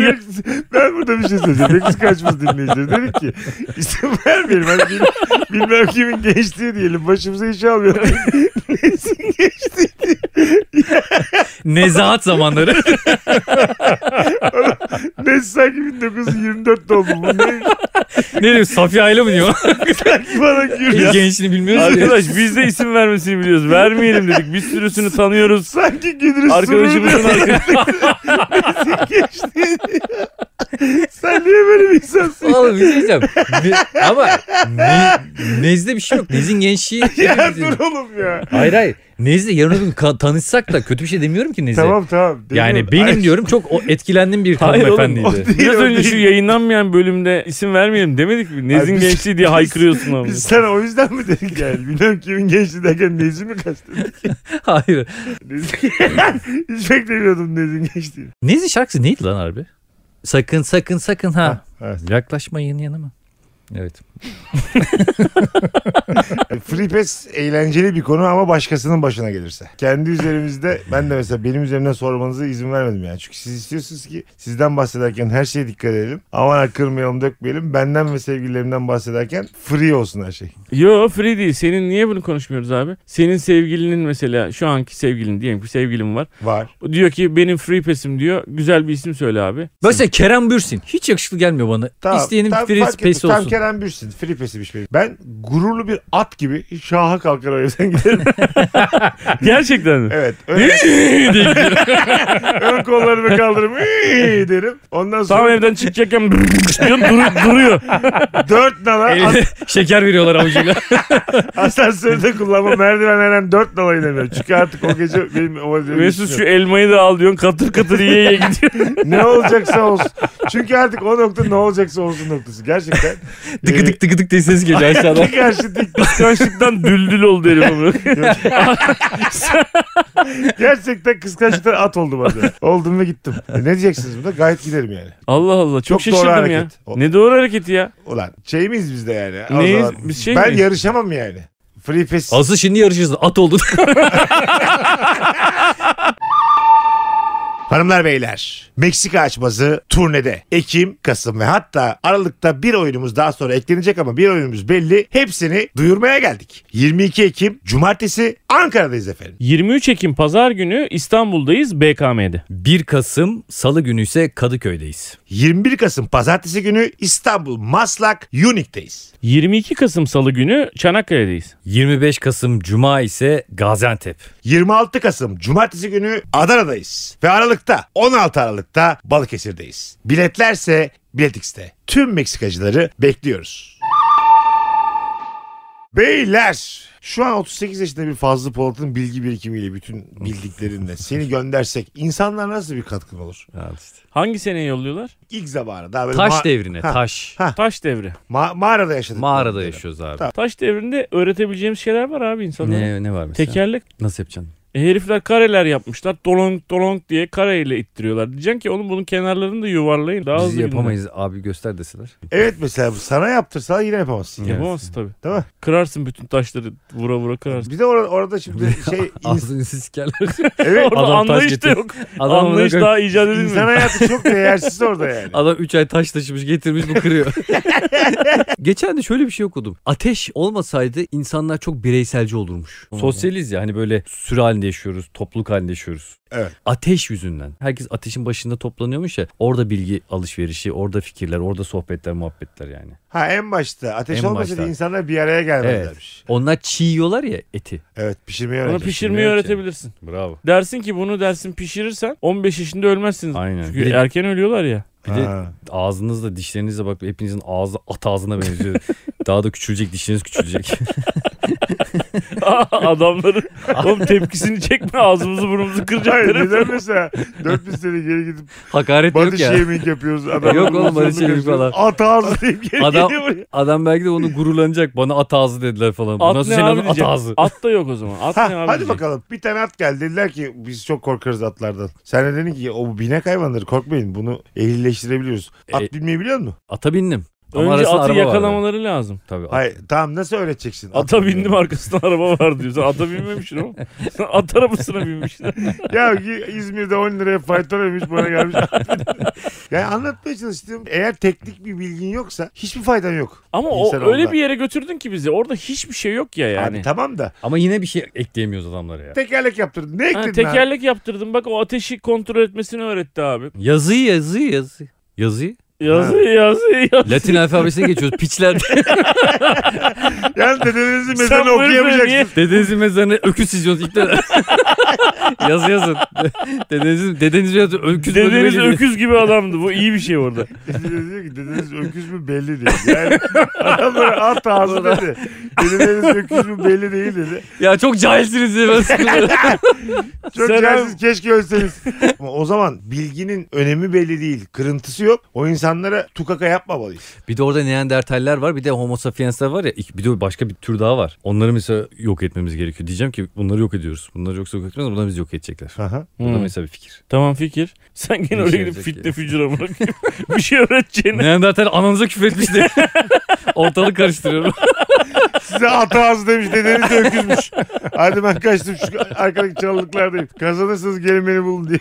Speaker 1: ben burada bir şey söyleyeceğim. Ne kıskançımız dinleyeceğiz. Dedik ki işte vermeyelim. Hani bil, bilmem kimin gençliği diyelim. Başımıza iş almıyor.
Speaker 3: Nezahat zamanları.
Speaker 1: ne sanki 1924 doğumlu. Bu ne
Speaker 3: ne diyor? Safiye Ayla mı diyor?
Speaker 1: bana gülüyor.
Speaker 3: gençliğini bilmiyoruz ya.
Speaker 2: Arkadaş biz de isim vermesini biliyoruz. Vermeyelim dedik. Bir sürüsünü tanıyoruz.
Speaker 1: Sanki Güdürüz
Speaker 2: Arkadaşımızın arkadaşı.
Speaker 1: geçti. Sen niye böyle bir insansın?
Speaker 3: Oğlum bir şey diyeceğim. Ne- ama ne, nezde bir şey yok. Nezin gençliği. şey
Speaker 1: ya dur oğlum ya.
Speaker 3: Hayır hayır. Nezle yarın öbür gün ka- tanışsak da kötü bir şey demiyorum ki Nezle.
Speaker 1: Tamam tamam.
Speaker 3: Yani benim diyorum çok o- etkilendiğim bir
Speaker 2: Hayır oğlum,
Speaker 1: o
Speaker 3: hanımefendiydi.
Speaker 1: değil.
Speaker 2: Biraz
Speaker 1: o
Speaker 2: önce
Speaker 1: değil.
Speaker 2: şu yayınlanmayan bölümde isim vermeyelim demedik mi?
Speaker 1: Abi
Speaker 2: Nezin
Speaker 1: biz-
Speaker 2: gençliği diye haykırıyorsun ama.
Speaker 1: Biz sana o yüzden mi dedik yani? Bilmem kimin gençliği derken Nezih mi kastettik?
Speaker 3: Hayır.
Speaker 1: Nezih- Hiç beklemiyordum Nezih'in gençliğini.
Speaker 3: Nezle şarkısı neydi lan harbi? Sakın sakın sakın ha.
Speaker 1: Evet.
Speaker 3: Yaklaşmayın yanıma. Evet.
Speaker 1: E, Free pass eğlenceli bir konu ama başkasının başına gelirse. Kendi üzerimizde ben de mesela benim üzerimden sormanıza izin vermedim yani. Çünkü siz istiyorsunuz ki sizden bahsederken her şeye dikkat edelim. Aman ha kırmayalım dökmeyelim. Benden ve sevgililerimden bahsederken free olsun her şey.
Speaker 2: Yo free değil. Senin niye bunu konuşmuyoruz abi? Senin sevgilinin mesela şu anki sevgilin diyelim ki sevgilim var.
Speaker 1: Var.
Speaker 2: O diyor ki benim free pass'im diyor. Güzel bir isim söyle abi.
Speaker 3: Mesela Kerem Bürsin. Hiç yakışıklı gelmiyor bana. İsteyenin free
Speaker 1: fark etmez.
Speaker 3: space olsun.
Speaker 1: Tam Kerem Bürsin. Free pass'iymiş benim. Ben gururlu bir at gibi şaha kalkar o evden giderim.
Speaker 2: Gerçekten mi?
Speaker 1: evet. Ön, ön kollarımı kaldırırım. "Iii" derim. Ondan
Speaker 2: Tam
Speaker 1: sonra
Speaker 2: evden çıkacakken diyor, dur- duruyor.
Speaker 1: dört nala
Speaker 3: Eline şeker veriyorlar avucuyla.
Speaker 1: Asansörde kullanma merdivenlerden dört nala inemiyor. Çünkü artık o gece benim o şey
Speaker 2: Mesut şu elmayı da al diyorsun katır katır yiye yiye gidiyor.
Speaker 1: Ne olacaksa olsun. Çünkü artık o nokta ne olacaksa olsun noktası. Gerçekten.
Speaker 3: tıkı
Speaker 1: Ee,
Speaker 3: tık tıkı tık diye ses geliyor aşağıdan.
Speaker 1: Dik karşı dik
Speaker 2: Kıskançlıktan düldül oldu herif amına koyayım.
Speaker 1: Gerçekten kıskançlıktan at oldu bazen. Oldum ve gittim. E ne diyeceksiniz burada? Gayet giderim yani.
Speaker 2: Allah Allah
Speaker 1: Çok
Speaker 2: çok,
Speaker 1: doğru
Speaker 2: şaşırdım ya.
Speaker 1: hareket. O-
Speaker 2: Ne doğru hareketi ya.
Speaker 1: Ulan şey miyiz biz de yani? O
Speaker 2: Neyiz?
Speaker 1: zaman
Speaker 2: Biz şey
Speaker 1: ben
Speaker 2: miyiz?
Speaker 1: yarışamam yani. Free fest.
Speaker 3: Asıl şimdi yarışırız. At oldun.
Speaker 1: Hanımlar beyler Meksika açması turnede Ekim, Kasım ve hatta Aralık'ta bir oyunumuz daha sonra eklenecek ama bir oyunumuz belli. Hepsini duyurmaya geldik. 22 Ekim Cumartesi Ankara'dayız efendim.
Speaker 2: 23 Ekim pazar günü İstanbul'dayız BKM'de.
Speaker 3: 1 Kasım Salı günü ise Kadıköy'deyiz.
Speaker 1: 21 Kasım Pazartesi günü İstanbul Maslak Unique'deyiz.
Speaker 2: 22 Kasım salı günü Çanakkale'deyiz.
Speaker 3: 25 Kasım Cuma ise Gaziantep.
Speaker 1: 26 Kasım Cumartesi günü Adana'dayız. Ve Aralık'ta 16 Aralık'ta Balıkesir'deyiz. Biletlerse Biletix'te. Tüm Meksikacıları bekliyoruz. Beyler şu an 38 yaşında bir Fazlı Polat'ın bilgi birikimiyle bütün bildiklerinle seni göndersek insanlar nasıl bir katkın olur?
Speaker 2: Hangi seneye yolluyorlar?
Speaker 1: İlk zamanı daha böyle ma-
Speaker 3: Taş devrine
Speaker 1: Ha.
Speaker 3: taş.
Speaker 2: Taş devri.
Speaker 1: ma- mağarada yaşadık.
Speaker 3: Mağarada yaşıyoruz abi.
Speaker 2: Taş devrinde öğretebileceğimiz şeyler var abi insanlara.
Speaker 3: Ne, ne var mesela?
Speaker 2: Tekerlek.
Speaker 3: Nasıl yapacaksın?
Speaker 2: E, herifler kareler yapmışlar. Dolong dolong diye kareyle ittiriyorlar. Diyeceksin ki oğlum bunun kenarlarını da yuvarlayın. Daha
Speaker 3: Biz
Speaker 2: hızlı
Speaker 3: yapamayız abi göster deseler.
Speaker 1: Evet mesela bu sana yaptırsalar yine yapamazsın.
Speaker 2: gidin. Yapamazsın tabii.
Speaker 1: Değil mi?
Speaker 2: Kırarsın bütün taşları vura vura kırarsın.
Speaker 1: Bir de or- orada şimdi şey ins-
Speaker 3: Ağzını sikerler.
Speaker 1: evet
Speaker 2: Orada
Speaker 3: Adam taş
Speaker 2: anlayış da
Speaker 3: getirmiş.
Speaker 2: yok. anlayış daha icat edilmiyor.
Speaker 1: insan hayatı çok değersiz orada yani.
Speaker 3: Adam 3 ay taş taşımış getirmiş bu kırıyor. Geçen de şöyle bir şey okudum. Ateş olmasaydı insanlar çok bireyselci olurmuş. Sosyaliz ya hani böyle sürü halinde yaşıyoruz, topluluk halinde yaşıyoruz.
Speaker 1: Evet.
Speaker 3: Ateş yüzünden. Herkes ateşin başında toplanıyormuş ya. Orada bilgi alışverişi, orada fikirler, orada sohbetler, muhabbetler yani.
Speaker 1: Ha en başta ateş
Speaker 3: En
Speaker 1: olmasaydı
Speaker 3: başta.
Speaker 1: insanlar bir araya gelmezlermiş.
Speaker 3: Onlar çiğ yiyorlar ya eti.
Speaker 1: Evet, pişirmeyi
Speaker 2: Bunu
Speaker 1: öğrendim.
Speaker 2: pişirmeyi
Speaker 3: Pişirmeyi
Speaker 2: öğretebilirsin.
Speaker 3: Bravo.
Speaker 2: Dersin ki bunu dersin pişirirsen 15 yaşında ölmezsiniz.
Speaker 3: Aynen.
Speaker 2: Çünkü er-
Speaker 3: Bir de-
Speaker 2: erken ölüyorlar ya.
Speaker 3: Bir de
Speaker 1: Ha.
Speaker 3: ağzınızla dişlerinizle bak hepinizin ağzı at ağzına benziyor. Daha da küçülecek dişleriniz küçülecek.
Speaker 2: Adamların oğlum tepkisini çekme ağzımızı burnumuzu
Speaker 1: Hayır
Speaker 2: kıracaklar.
Speaker 1: neden mesela 400 sene geri gidip
Speaker 3: Hakaret yok
Speaker 1: body
Speaker 3: ya.
Speaker 1: shaming yapıyoruz. Adam
Speaker 3: Yok oğlum, body shaming falan.
Speaker 1: At ağzı deyip geri
Speaker 3: Adam-
Speaker 1: geliyor buraya.
Speaker 3: Adam belki de onu gururlanacak. Bana at ağzı dediler falan. Bu
Speaker 2: At
Speaker 3: nasıl
Speaker 2: ne
Speaker 3: senin
Speaker 2: abi
Speaker 3: adın? at
Speaker 2: diyecek.
Speaker 3: ağzı?
Speaker 2: At da yok o zaman. At ne
Speaker 1: Ha,
Speaker 2: abi
Speaker 1: hadi
Speaker 2: diyecek.
Speaker 1: bakalım bir tane at geldi dediler ki biz çok korkarız atlardan. Sen de dedin ki o binek hayvanları korkmayın bunu ehlileştirebiliyoruz. At
Speaker 3: E-
Speaker 1: bilmeyi biliyor musun?
Speaker 3: Ata bindim.
Speaker 2: Önce
Speaker 3: arasında
Speaker 2: atı
Speaker 3: araba var.
Speaker 2: yakalamaları lazım.
Speaker 3: Tabii. at-
Speaker 1: Hayır tamam nasıl öğreteceksin?
Speaker 2: Ata
Speaker 1: bilmeyi?
Speaker 2: bindim arkasından araba var diyor. Sen ata binmemişsin ama. Sen at arabasına binmişsin.
Speaker 1: Ya İ- İzmir'de 10 liraya fayton ödemiş bana gelmiş. yani anlatmaya çalıştığım eğer teknik bir bilgin yoksa hiçbir faydan yok.
Speaker 2: Ama o
Speaker 1: İnsanoğluna.
Speaker 2: öyle bir yere götürdün ki bizi. Orada hiçbir şey yok ya yani.
Speaker 1: Abi tamam da
Speaker 3: Ama yine bir şey ekleyemiyoruz adamlara ya.
Speaker 1: tekerlek yaptırdın. Ne ekledin
Speaker 2: Ha,
Speaker 1: abi?
Speaker 2: tekerlek yaptırdım. Bak o ateşi kontrol etmesini öğretti abi.
Speaker 3: Yazıyı yazıyı yazıyı. Yazıyı.
Speaker 2: Yazı yazı yazı.
Speaker 3: Latin alfabesine geçiyoruz. Piçler.
Speaker 1: Yani dedenizin
Speaker 2: Sen
Speaker 1: mezarını
Speaker 2: bu herife
Speaker 1: okuyamayacaksın.
Speaker 2: niye-
Speaker 3: Dedenizin mezarına öküz çiziyoruz. İlkler. Yazı yazın. Dedenizin, dedenizin mezarına öküz
Speaker 2: Dedeniz
Speaker 3: bölümü-
Speaker 2: öküz gibi adamdı. Bu iyi bir şey orada.
Speaker 1: Dedeniz diyor ki dedeniz öküz mü belli değil. Yani adamlara at ağzı dedi. Dedeniz öküz mü belli değil dedi.
Speaker 3: Ya çok cahilsiniz diye ben sıkılıyorum.
Speaker 1: Çok
Speaker 2: Sen
Speaker 1: cahilsiz keşke ölseniz. Ama o zaman bilginin önemi belli değil. Kırıntısı yok. O insanlara tukaka yapmamalıyız.
Speaker 3: Bir de orada Neandertaller var bir de Homo sapiensler var ya İk- bir de başka bir tür daha var. Onları mesela yok etmemiz gerekiyor. Diyeceğim ki bunları yok ediyoruz. Bunları yoksa yok etmez bunları biz yok edecekler.
Speaker 1: Aha.
Speaker 3: Bu da
Speaker 2: Hmm.
Speaker 3: mesela bir fikir.
Speaker 2: Tamam fikir. Sen gene
Speaker 3: Bir
Speaker 2: oraya
Speaker 3: şey
Speaker 2: gidip
Speaker 3: olacak
Speaker 2: fitne
Speaker 3: ya.
Speaker 2: fücura bırak. bir şey öğreteceğini.
Speaker 3: Neandertal ananıza küfür etmiş de ortalık karıştırıyorum.
Speaker 1: Size at ağzı demiş dedeniz öküzmüş. Hadi ben kaçtım şu arkadaki çalılıklardayım. Kazanırsınız gelin beni bulun diye.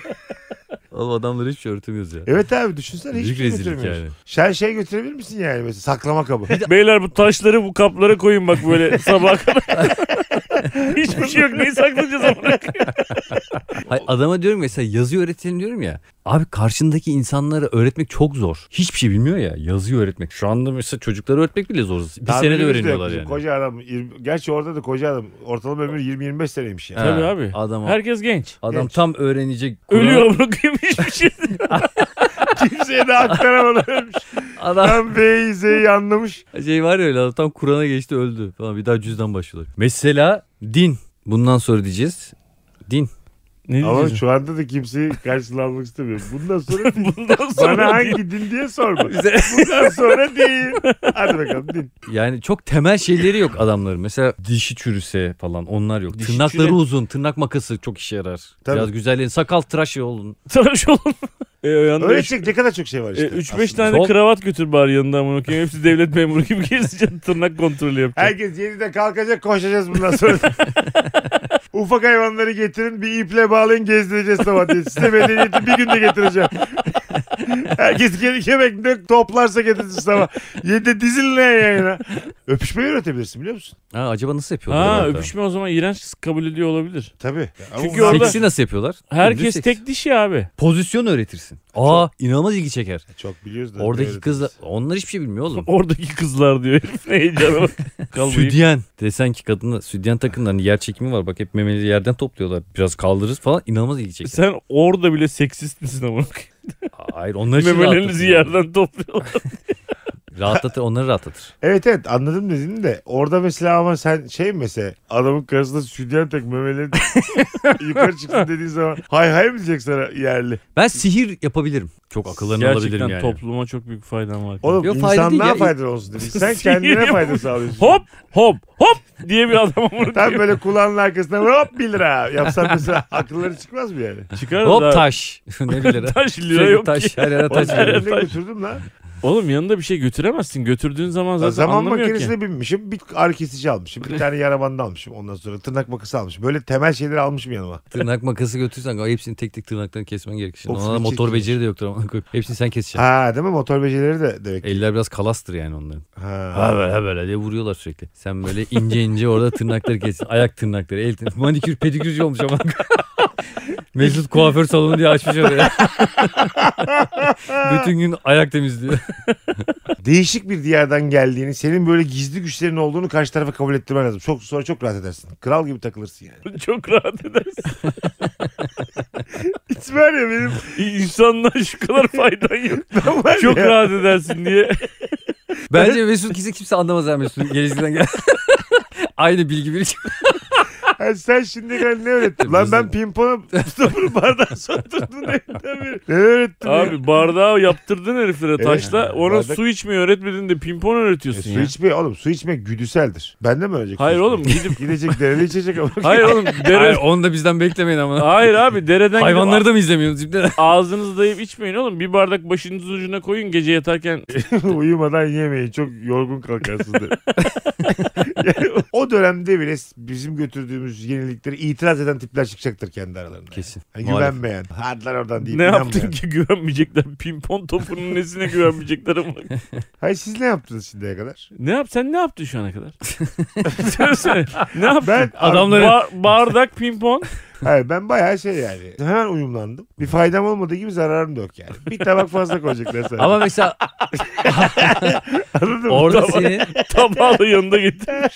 Speaker 3: Oğlum adamları hiç şey öğretemiyoruz ya.
Speaker 1: Evet abi düşünsene hiç
Speaker 3: Büyük rezillik
Speaker 1: götüremiyorsun.
Speaker 3: yani.
Speaker 1: Sen şey götürebilir misin yani mesela saklama kabı.
Speaker 2: Beyler bu taşları bu kaplara koyun bak böyle sabah kadar. Hiçbir şey yok. Neyi saklayacağız amına?
Speaker 3: Hayır, adama diyorum mesela yazı öğretelim diyorum ya. Abi karşındaki insanlara öğretmek çok zor. Hiçbir şey bilmiyor ya yazıyı öğretmek. Şu anda mesela çocuklara öğretmek bile zor. Bir
Speaker 1: Daha
Speaker 3: senede
Speaker 1: bildiğimiz de
Speaker 3: öğreniyorlar
Speaker 1: yok.
Speaker 3: yani.
Speaker 1: Koca adam. yirmi- Gerçi orada da koca adam. Ortalama ömür 20-25 seneymiş yani.
Speaker 3: Ha,
Speaker 2: Tabii abi.
Speaker 3: Adam,
Speaker 2: Herkes genç.
Speaker 3: adam
Speaker 1: Genç.
Speaker 3: tam öğrenecek.
Speaker 2: Ölüyor amına koyayım hiçbir şey.
Speaker 1: Kimseye de aktaramadan ölmüş.
Speaker 3: Adam
Speaker 1: Tam B'yi Z'yi anlamış.
Speaker 3: Şey var ya öyle adam tam Kur'an'a geçti öldü falan bir daha cüzdan başlıyorlar. Mesela din. Bundan sonra diyeceğiz. Din.
Speaker 2: Ne
Speaker 1: Ama
Speaker 2: diyeceğiz?
Speaker 1: şu anda da kimseyi karşılığa almak istemiyorum. Bundan sonra
Speaker 2: Bundan sonra
Speaker 1: bana hangi din diye sorma.
Speaker 3: Bize-
Speaker 1: Bundan sonra değil. Hadi bakalım din.
Speaker 3: Yani çok temel şeyleri yok adamların. Mesela dişi çürüse falan onlar yok.
Speaker 2: Dişi
Speaker 3: Tırnakları
Speaker 2: çürü-
Speaker 3: uzun. Tırnak makası çok işe yarar.
Speaker 1: Tabii.
Speaker 3: Biraz güzelliğin. Sakal tıraş olun.
Speaker 2: tıraş olun. E, yanında
Speaker 1: Öyle
Speaker 2: üç-
Speaker 1: çek ne kadar çok şey var işte.
Speaker 2: e, üç beş
Speaker 1: aslında.
Speaker 2: tane
Speaker 3: Sol-
Speaker 2: kravat götür bari yanında amına koyayım. Hepsi devlet memuru gibi gezeceksin. Tırnak kontrolü yapacaksın.
Speaker 1: Herkes 7'de kalkacak koşacağız bundan sonra. Ufak hayvanları getirin bir iple bağlayın gezdireceğiz sabah diye. Size medeniyeti bir günde getireceğim. Herkes kendi kemekle toplarsa getirsin sabah. 7'de dizilin lan yayına. Öpüşmeyi öğretebilirsin biliyor musun?
Speaker 3: Ha, acaba nasıl yapıyorlar?
Speaker 2: Ha
Speaker 3: orada?
Speaker 2: öpüşme o zaman iğrenç kabul ediyor olabilir.
Speaker 1: Tabii.
Speaker 2: Çünkü
Speaker 1: Ama-
Speaker 2: orada-
Speaker 3: Seksi nasıl yapıyorlar? Dümdüz
Speaker 2: Herkes
Speaker 3: seks.
Speaker 2: tek dişi abi.
Speaker 3: Pozisyon öğretirsin. Aa inanılmaz ilgi çeker.
Speaker 1: Çok biliyoruz da.
Speaker 3: Oradaki
Speaker 1: öyle
Speaker 3: kızlar
Speaker 1: deriz.
Speaker 3: onlar hiçbir şey bilmiyor oğlum.
Speaker 2: Oradaki kızlar diyor. herif. Ne heyecanı var. Kalmayayım.
Speaker 3: Südyen desen ki kadına südyen takın hani yer çekimi var bak hep memeli yerden topluyorlar biraz kaldırırız falan inanılmaz ilgi çeker.
Speaker 2: Sen orada bile seksist misin ama?
Speaker 3: Hayır onlar için
Speaker 2: Memelerinizi
Speaker 3: rahatlatır.
Speaker 2: yerden topluyorlar.
Speaker 3: Rahatlatır onları rahatlatır.
Speaker 1: Evet evet anladım dediğini de orada mesela ama sen şey mi mesela adamın karşısında sütyen tek memeleri yukarı çıksın dediğin zaman hay hay mi diyecek sana yerli?
Speaker 3: Ben sihir yapabilirim. Çok akıllarını alabilirim
Speaker 2: Gerçekten
Speaker 3: yani.
Speaker 2: topluma çok büyük faydan var.
Speaker 1: Oğlum
Speaker 3: Yok, fayda değil
Speaker 1: insanlığa
Speaker 3: ya.
Speaker 1: fayda olsun dedi. Sen
Speaker 2: Sihir
Speaker 1: kendine
Speaker 2: yapamam.
Speaker 1: fayda sağlıyorsun.
Speaker 2: Hop hop hop diye bir adama bunu
Speaker 1: Tam böyle kulağının arkasına hop 1 lira yapsan mesela akılları çıkmaz mı yani?
Speaker 2: çıkar da.
Speaker 3: Hop taş. ne bilir ha?
Speaker 2: Taş lira
Speaker 3: Sürekli
Speaker 2: yok
Speaker 3: taş,
Speaker 2: ki.
Speaker 3: Her yere
Speaker 1: Oğlum
Speaker 3: taş.
Speaker 1: ben
Speaker 3: veriyor.
Speaker 1: evde götürdüm lan.
Speaker 2: Oğlum yanında bir şey götüremezsin. Götürdüğün zaman zaten
Speaker 1: zaman
Speaker 2: anlamıyor
Speaker 1: makinesine
Speaker 2: ki.
Speaker 1: binmişim. Bir ağrı kesici almışım. Bir tane yara bandı almışım. Ondan sonra tırnak makası almışım. Böyle temel şeyleri almışım yanıma.
Speaker 3: Tırnak makası götürsen hepsini tek tek tırnaklarını kesmen gerekir. Şimdi
Speaker 1: Of,
Speaker 3: ona da
Speaker 1: ne
Speaker 3: motor
Speaker 1: çirkin.
Speaker 3: beceri de yoktur ama hepsini sen keseceksin.
Speaker 1: Ha değil mi? Motor becerileri de demek. ki.
Speaker 3: Eller biraz kalastır yani onların.
Speaker 1: Ha.
Speaker 3: E, Ha böyle ha böyle diye vuruyorlar sürekli. Sen böyle ince ince orada tırnakları kesin. Ayak tırnakları, el tırnakları. Manikür pedikürcü olmuş ama. Mesut kuaför salonu diye açmış oraya. Bütün gün ayak temizliyor.
Speaker 1: Değişik bir diyardan geldiğini, senin böyle gizli güçlerin olduğunu karşı tarafa kabul ettirmen lazım. Çok sonra çok rahat edersin. Kral gibi takılırsın yani.
Speaker 2: Çok rahat edersin.
Speaker 1: Hiç var ya benim.
Speaker 2: İnsandan şu kadar faydan yok.
Speaker 1: Ben var
Speaker 2: Çok
Speaker 1: ya.
Speaker 2: rahat edersin diye.
Speaker 3: Bence Mesut kimse kimse anlamaz yani Mesut'un gelişinden gel. Aynı bilgi birikimi.
Speaker 1: Ha, sen şimdi kadar ne öğrettin? Lan ben pimpona stopunu bardağa soktum. Ne beri. Ne öğrettin? ya?
Speaker 2: Abi bardağı yaptırdın heriflere
Speaker 1: Evet.
Speaker 2: taşla. Ona
Speaker 1: Bardak-
Speaker 2: su içmeyi öğretmedin de pimpon
Speaker 1: E,
Speaker 2: öğretiyorsun
Speaker 1: su
Speaker 2: ya.
Speaker 1: içme oğlum su içmek güdüseldir. Ben de mi ölecek? su
Speaker 2: Hayır
Speaker 1: içmek?
Speaker 2: oğlum, gidip-
Speaker 1: gidecek derede içecek ama.
Speaker 2: Hayır oğlum dere...
Speaker 3: Hayır
Speaker 2: Hayır,
Speaker 3: onu da bizden beklemeyin ama.
Speaker 2: abi dereden
Speaker 3: Hayvanları
Speaker 2: gidip
Speaker 3: da mı izlemiyorsunuz?
Speaker 2: ağzınızı dayayıp içmeyin oğlum. Bir bardak başınızın ucuna koyun gece yatarken.
Speaker 1: Uyumadan yemeyin çok yorgun kalkarsınız derim. Yani o dönemde bile bizim götürdüğümüz yenilikleri itiraz eden tipler çıkacaktır kendi aralarında.
Speaker 3: Kesin.
Speaker 1: Yani güvenmeyen. Hadi lan oradan deyip
Speaker 2: ne yaptın
Speaker 1: inanmayan.
Speaker 2: ki güvenmeyecekler? Pimpon topunun nesine güvenmeyecekler ama.
Speaker 1: Hayır siz ne yaptınız şimdiye kadar?
Speaker 2: Ne yap sen ne yaptın şu ana kadar? Söylesene. ne yaptın?
Speaker 1: Ben
Speaker 3: Adamları-
Speaker 2: Ba- bardak pimpon.
Speaker 1: Hayır ben bayağı şey yani. Hemen uyumlandım. Bir faydam olmadığı gibi zararım da yok yani. Bir tabak fazla koyacaklar sana.
Speaker 3: Ama mesela
Speaker 1: Anladın mı?
Speaker 3: orada senin
Speaker 2: Tabağı da yanında getirmiş.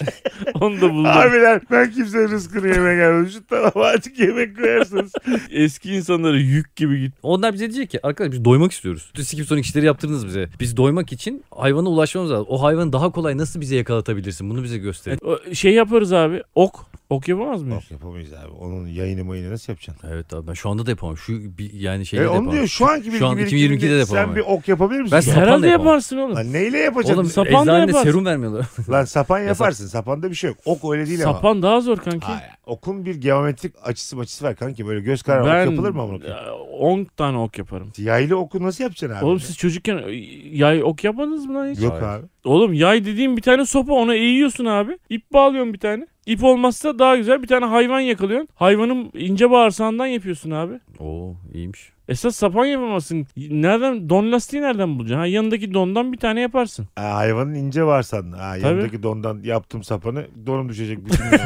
Speaker 2: Onu da buldum.
Speaker 1: Abiler ben kimsenin rızkını yemeye gelmedim. Şu tabağa açık yemek koyarsınız.
Speaker 2: Eski insanlara yük gibi git.
Speaker 3: Onlar bize diyecek ki arkadaş biz doymak istiyoruz. Siz Skip Sonic işleri yaptırdınız bize. Biz doymak için hayvana ulaşmamız lazım. O hayvanı daha kolay nasıl bize yakalatabilirsin? Bunu bize gösterin.
Speaker 2: O- Şey yaparız abi. Ok. Ok yapamaz mıyız?
Speaker 1: Yok yapamayız abi. Onun yayını mayını nasıl yapacaksın?
Speaker 3: Evet abi ben şu anda da yapamam. Şu bir- yani şeyi
Speaker 1: E,
Speaker 3: de
Speaker 1: onu
Speaker 3: yapamam.
Speaker 1: diyor şu anki
Speaker 3: Şu an
Speaker 1: bilgi
Speaker 3: 2022'de de
Speaker 1: birikiminde sen
Speaker 3: yapamam.
Speaker 1: bir ok yapabilir misin?
Speaker 3: Ben
Speaker 1: Ya?
Speaker 3: sapan da
Speaker 2: Herhalde
Speaker 3: yapamam.
Speaker 2: yaparsın oğlum.
Speaker 1: Lan neyle yapacaksın?
Speaker 3: Oğlum
Speaker 2: sapan da
Speaker 3: eczanede
Speaker 2: yaparsın.
Speaker 3: serum vermiyorlar.
Speaker 1: Lan sapan
Speaker 3: Ya
Speaker 1: yaparsın. Sapanda bir şey yok. Ok öyle değil ama.
Speaker 2: Sapan daha zor kanki.
Speaker 1: Hayır. Okun bir geometrik açısı açısı var kanki. Böyle göz kararı
Speaker 2: Ben
Speaker 1: ok yapılır mı amına koyayım?
Speaker 2: ya, 10 tane ok yaparım.
Speaker 1: Yaylı oku nasıl yapacaksın abi?
Speaker 2: Oğlum siz çocukken ıı, yay ok yapmadınız mı lan hiç?
Speaker 1: Yok
Speaker 3: Hayır.
Speaker 1: abi.
Speaker 2: Oğlum yay dediğin bir tane sopa ona eğiyorsun abi. İp bağlıyorsun bir tane. İp olmazsa daha güzel bir tane hayvan yakalıyorsun. Hayvanın ince bağırsağından yapıyorsun abi.
Speaker 3: Oo iyiymiş.
Speaker 2: Esas sapan yapamazsın. Nereden don lastiği nereden bulacaksın? Ha, yanındaki dondan bir tane yaparsın.
Speaker 1: Ha, hayvanın ince varsan. Ha, yanındaki dondan yaptım sapanı. Donum düşecek. bütün gün.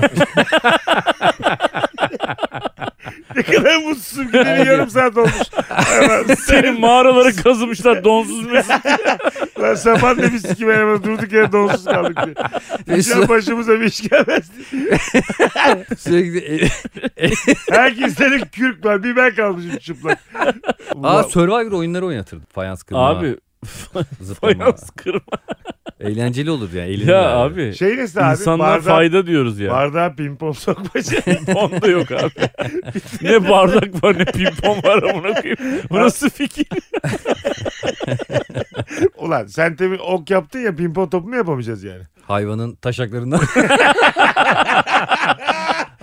Speaker 1: ne kadar mutsuzum. Gideli yarım saat olmuş. Hayvan,
Speaker 2: Senin mağaralara kazımışlar donsuz mesut.
Speaker 1: Lan sapan da bir sikim veremez. Durduk yere donsuz kaldık diye. Şu an
Speaker 3: Mesut
Speaker 1: başımıza bir iş gelmez.
Speaker 3: sürekli e,
Speaker 1: Herkeste de kürk var. Bir ben kalmışım çıplak.
Speaker 3: Aa Survivor oyunları oynatırdı. Fayans kırma.
Speaker 2: abi
Speaker 3: Zıplama.
Speaker 2: Fayans kırma.
Speaker 3: Eğlenceli olur yani. eğlenir yani.
Speaker 2: Ya abi.
Speaker 1: Şey nesi abi?
Speaker 2: İnsanlar
Speaker 1: bardağı,
Speaker 2: fayda diyoruz ya.
Speaker 1: Bardağa pimpon sokma şey.
Speaker 2: Pimpon da yok abi. ne bardak var ne pimpon var amına koyayım. Bu nasıl fikir?
Speaker 1: Ulan sen temin ok yaptın ya pimpon topu mu yapamayacağız yani?
Speaker 3: Hayvanın taşaklarından.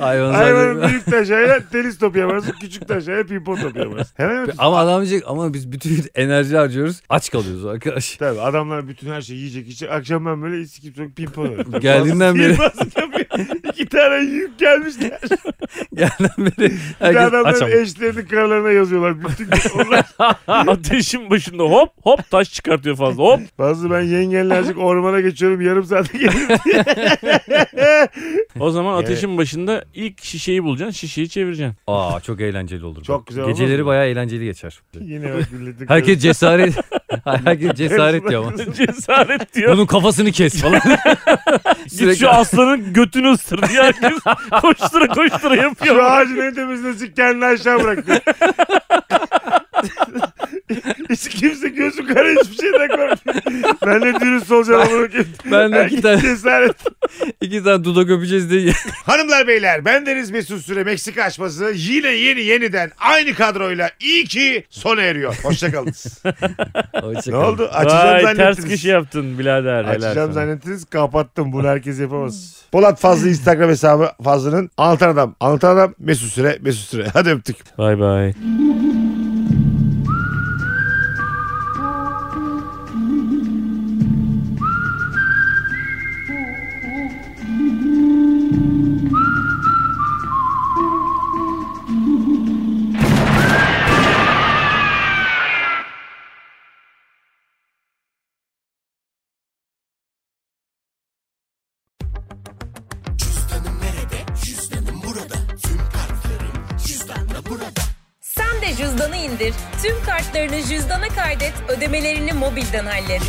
Speaker 3: Hayvanın
Speaker 1: Hayvanın
Speaker 3: sadece-
Speaker 1: büyük taşıyla tenis topu yaparsın. Küçük taşıyla pimpon topu yaparsın. Hemen hemen.
Speaker 3: Ama adam diyecek ama biz bütün enerji harcıyoruz. Aç kalıyoruz arkadaş.
Speaker 1: Tabii adamlar bütün her şeyi yiyecek içecek. Akşam ben böyle sikip sok pimpon oynuyorum.
Speaker 3: Geldiğinden beri-
Speaker 1: Sihirbazlık yapıyor. İki tane yük gelmişler.
Speaker 3: Yerden beri
Speaker 1: Bir de
Speaker 3: herkes aç
Speaker 1: adamların
Speaker 3: ama.
Speaker 1: eşlerini kralarına yazıyorlar. Bütün gün onlar.
Speaker 2: Ateşin başında hop hop taş çıkartıyor fazla hop.
Speaker 1: Bazı ben yengenle azıcık ormana geçiyorum. Yarım saate gelirim diye.
Speaker 2: O zaman ateşin başında ilk şişeyi bulacaksın şişeyi çevireceksin.
Speaker 3: Aa çok eğlenceli olur.
Speaker 1: Çok güzel olmaz
Speaker 3: Geceleri
Speaker 1: mı?
Speaker 3: bayağı eğlenceli geçer.
Speaker 1: Yine bak milletin
Speaker 3: Herkes cesaret herkes cesaret diyor ama.
Speaker 2: Cesaret diyor.
Speaker 3: Bunun kafasını kes falan.
Speaker 2: Git şu aslanın götünü ısır diye herkes koştura koştura yapıyor.
Speaker 1: Şu ağacın en tepesine sik kendini aşağı bıraktı. Hiç kimse gözü kara hiçbir şeyden korkmuyor. Ben de dürüst olacağım ama
Speaker 3: Ben de iki tane-
Speaker 1: cesaret.
Speaker 3: iki tane dudak öpeceğiz diye.
Speaker 1: Hanımlar beyler ben Deniz Mesut Süre Meksika açması yine yeni yeniden aynı kadroyla iyi ki sona eriyor. Hoşçakalınız. ne oldu? Açacağım
Speaker 2: Vay ters
Speaker 1: zannettiniz.
Speaker 2: kişi yaptın birader. helal
Speaker 1: Açacağım
Speaker 2: sana.
Speaker 1: zannettiniz kapattım bunu herkes yapamaz. Polat Fazlı Instagram hesabı Fazlı'nın Anlatan Adam. Anlatan Adam Mesut Süre Mesut Süre. Hadi öptük.
Speaker 2: Bay bay.
Speaker 4: Sen de cüzdanı indir. Tüm kartlarını cüzdana kaydet, ödemelerini mobilden hallet.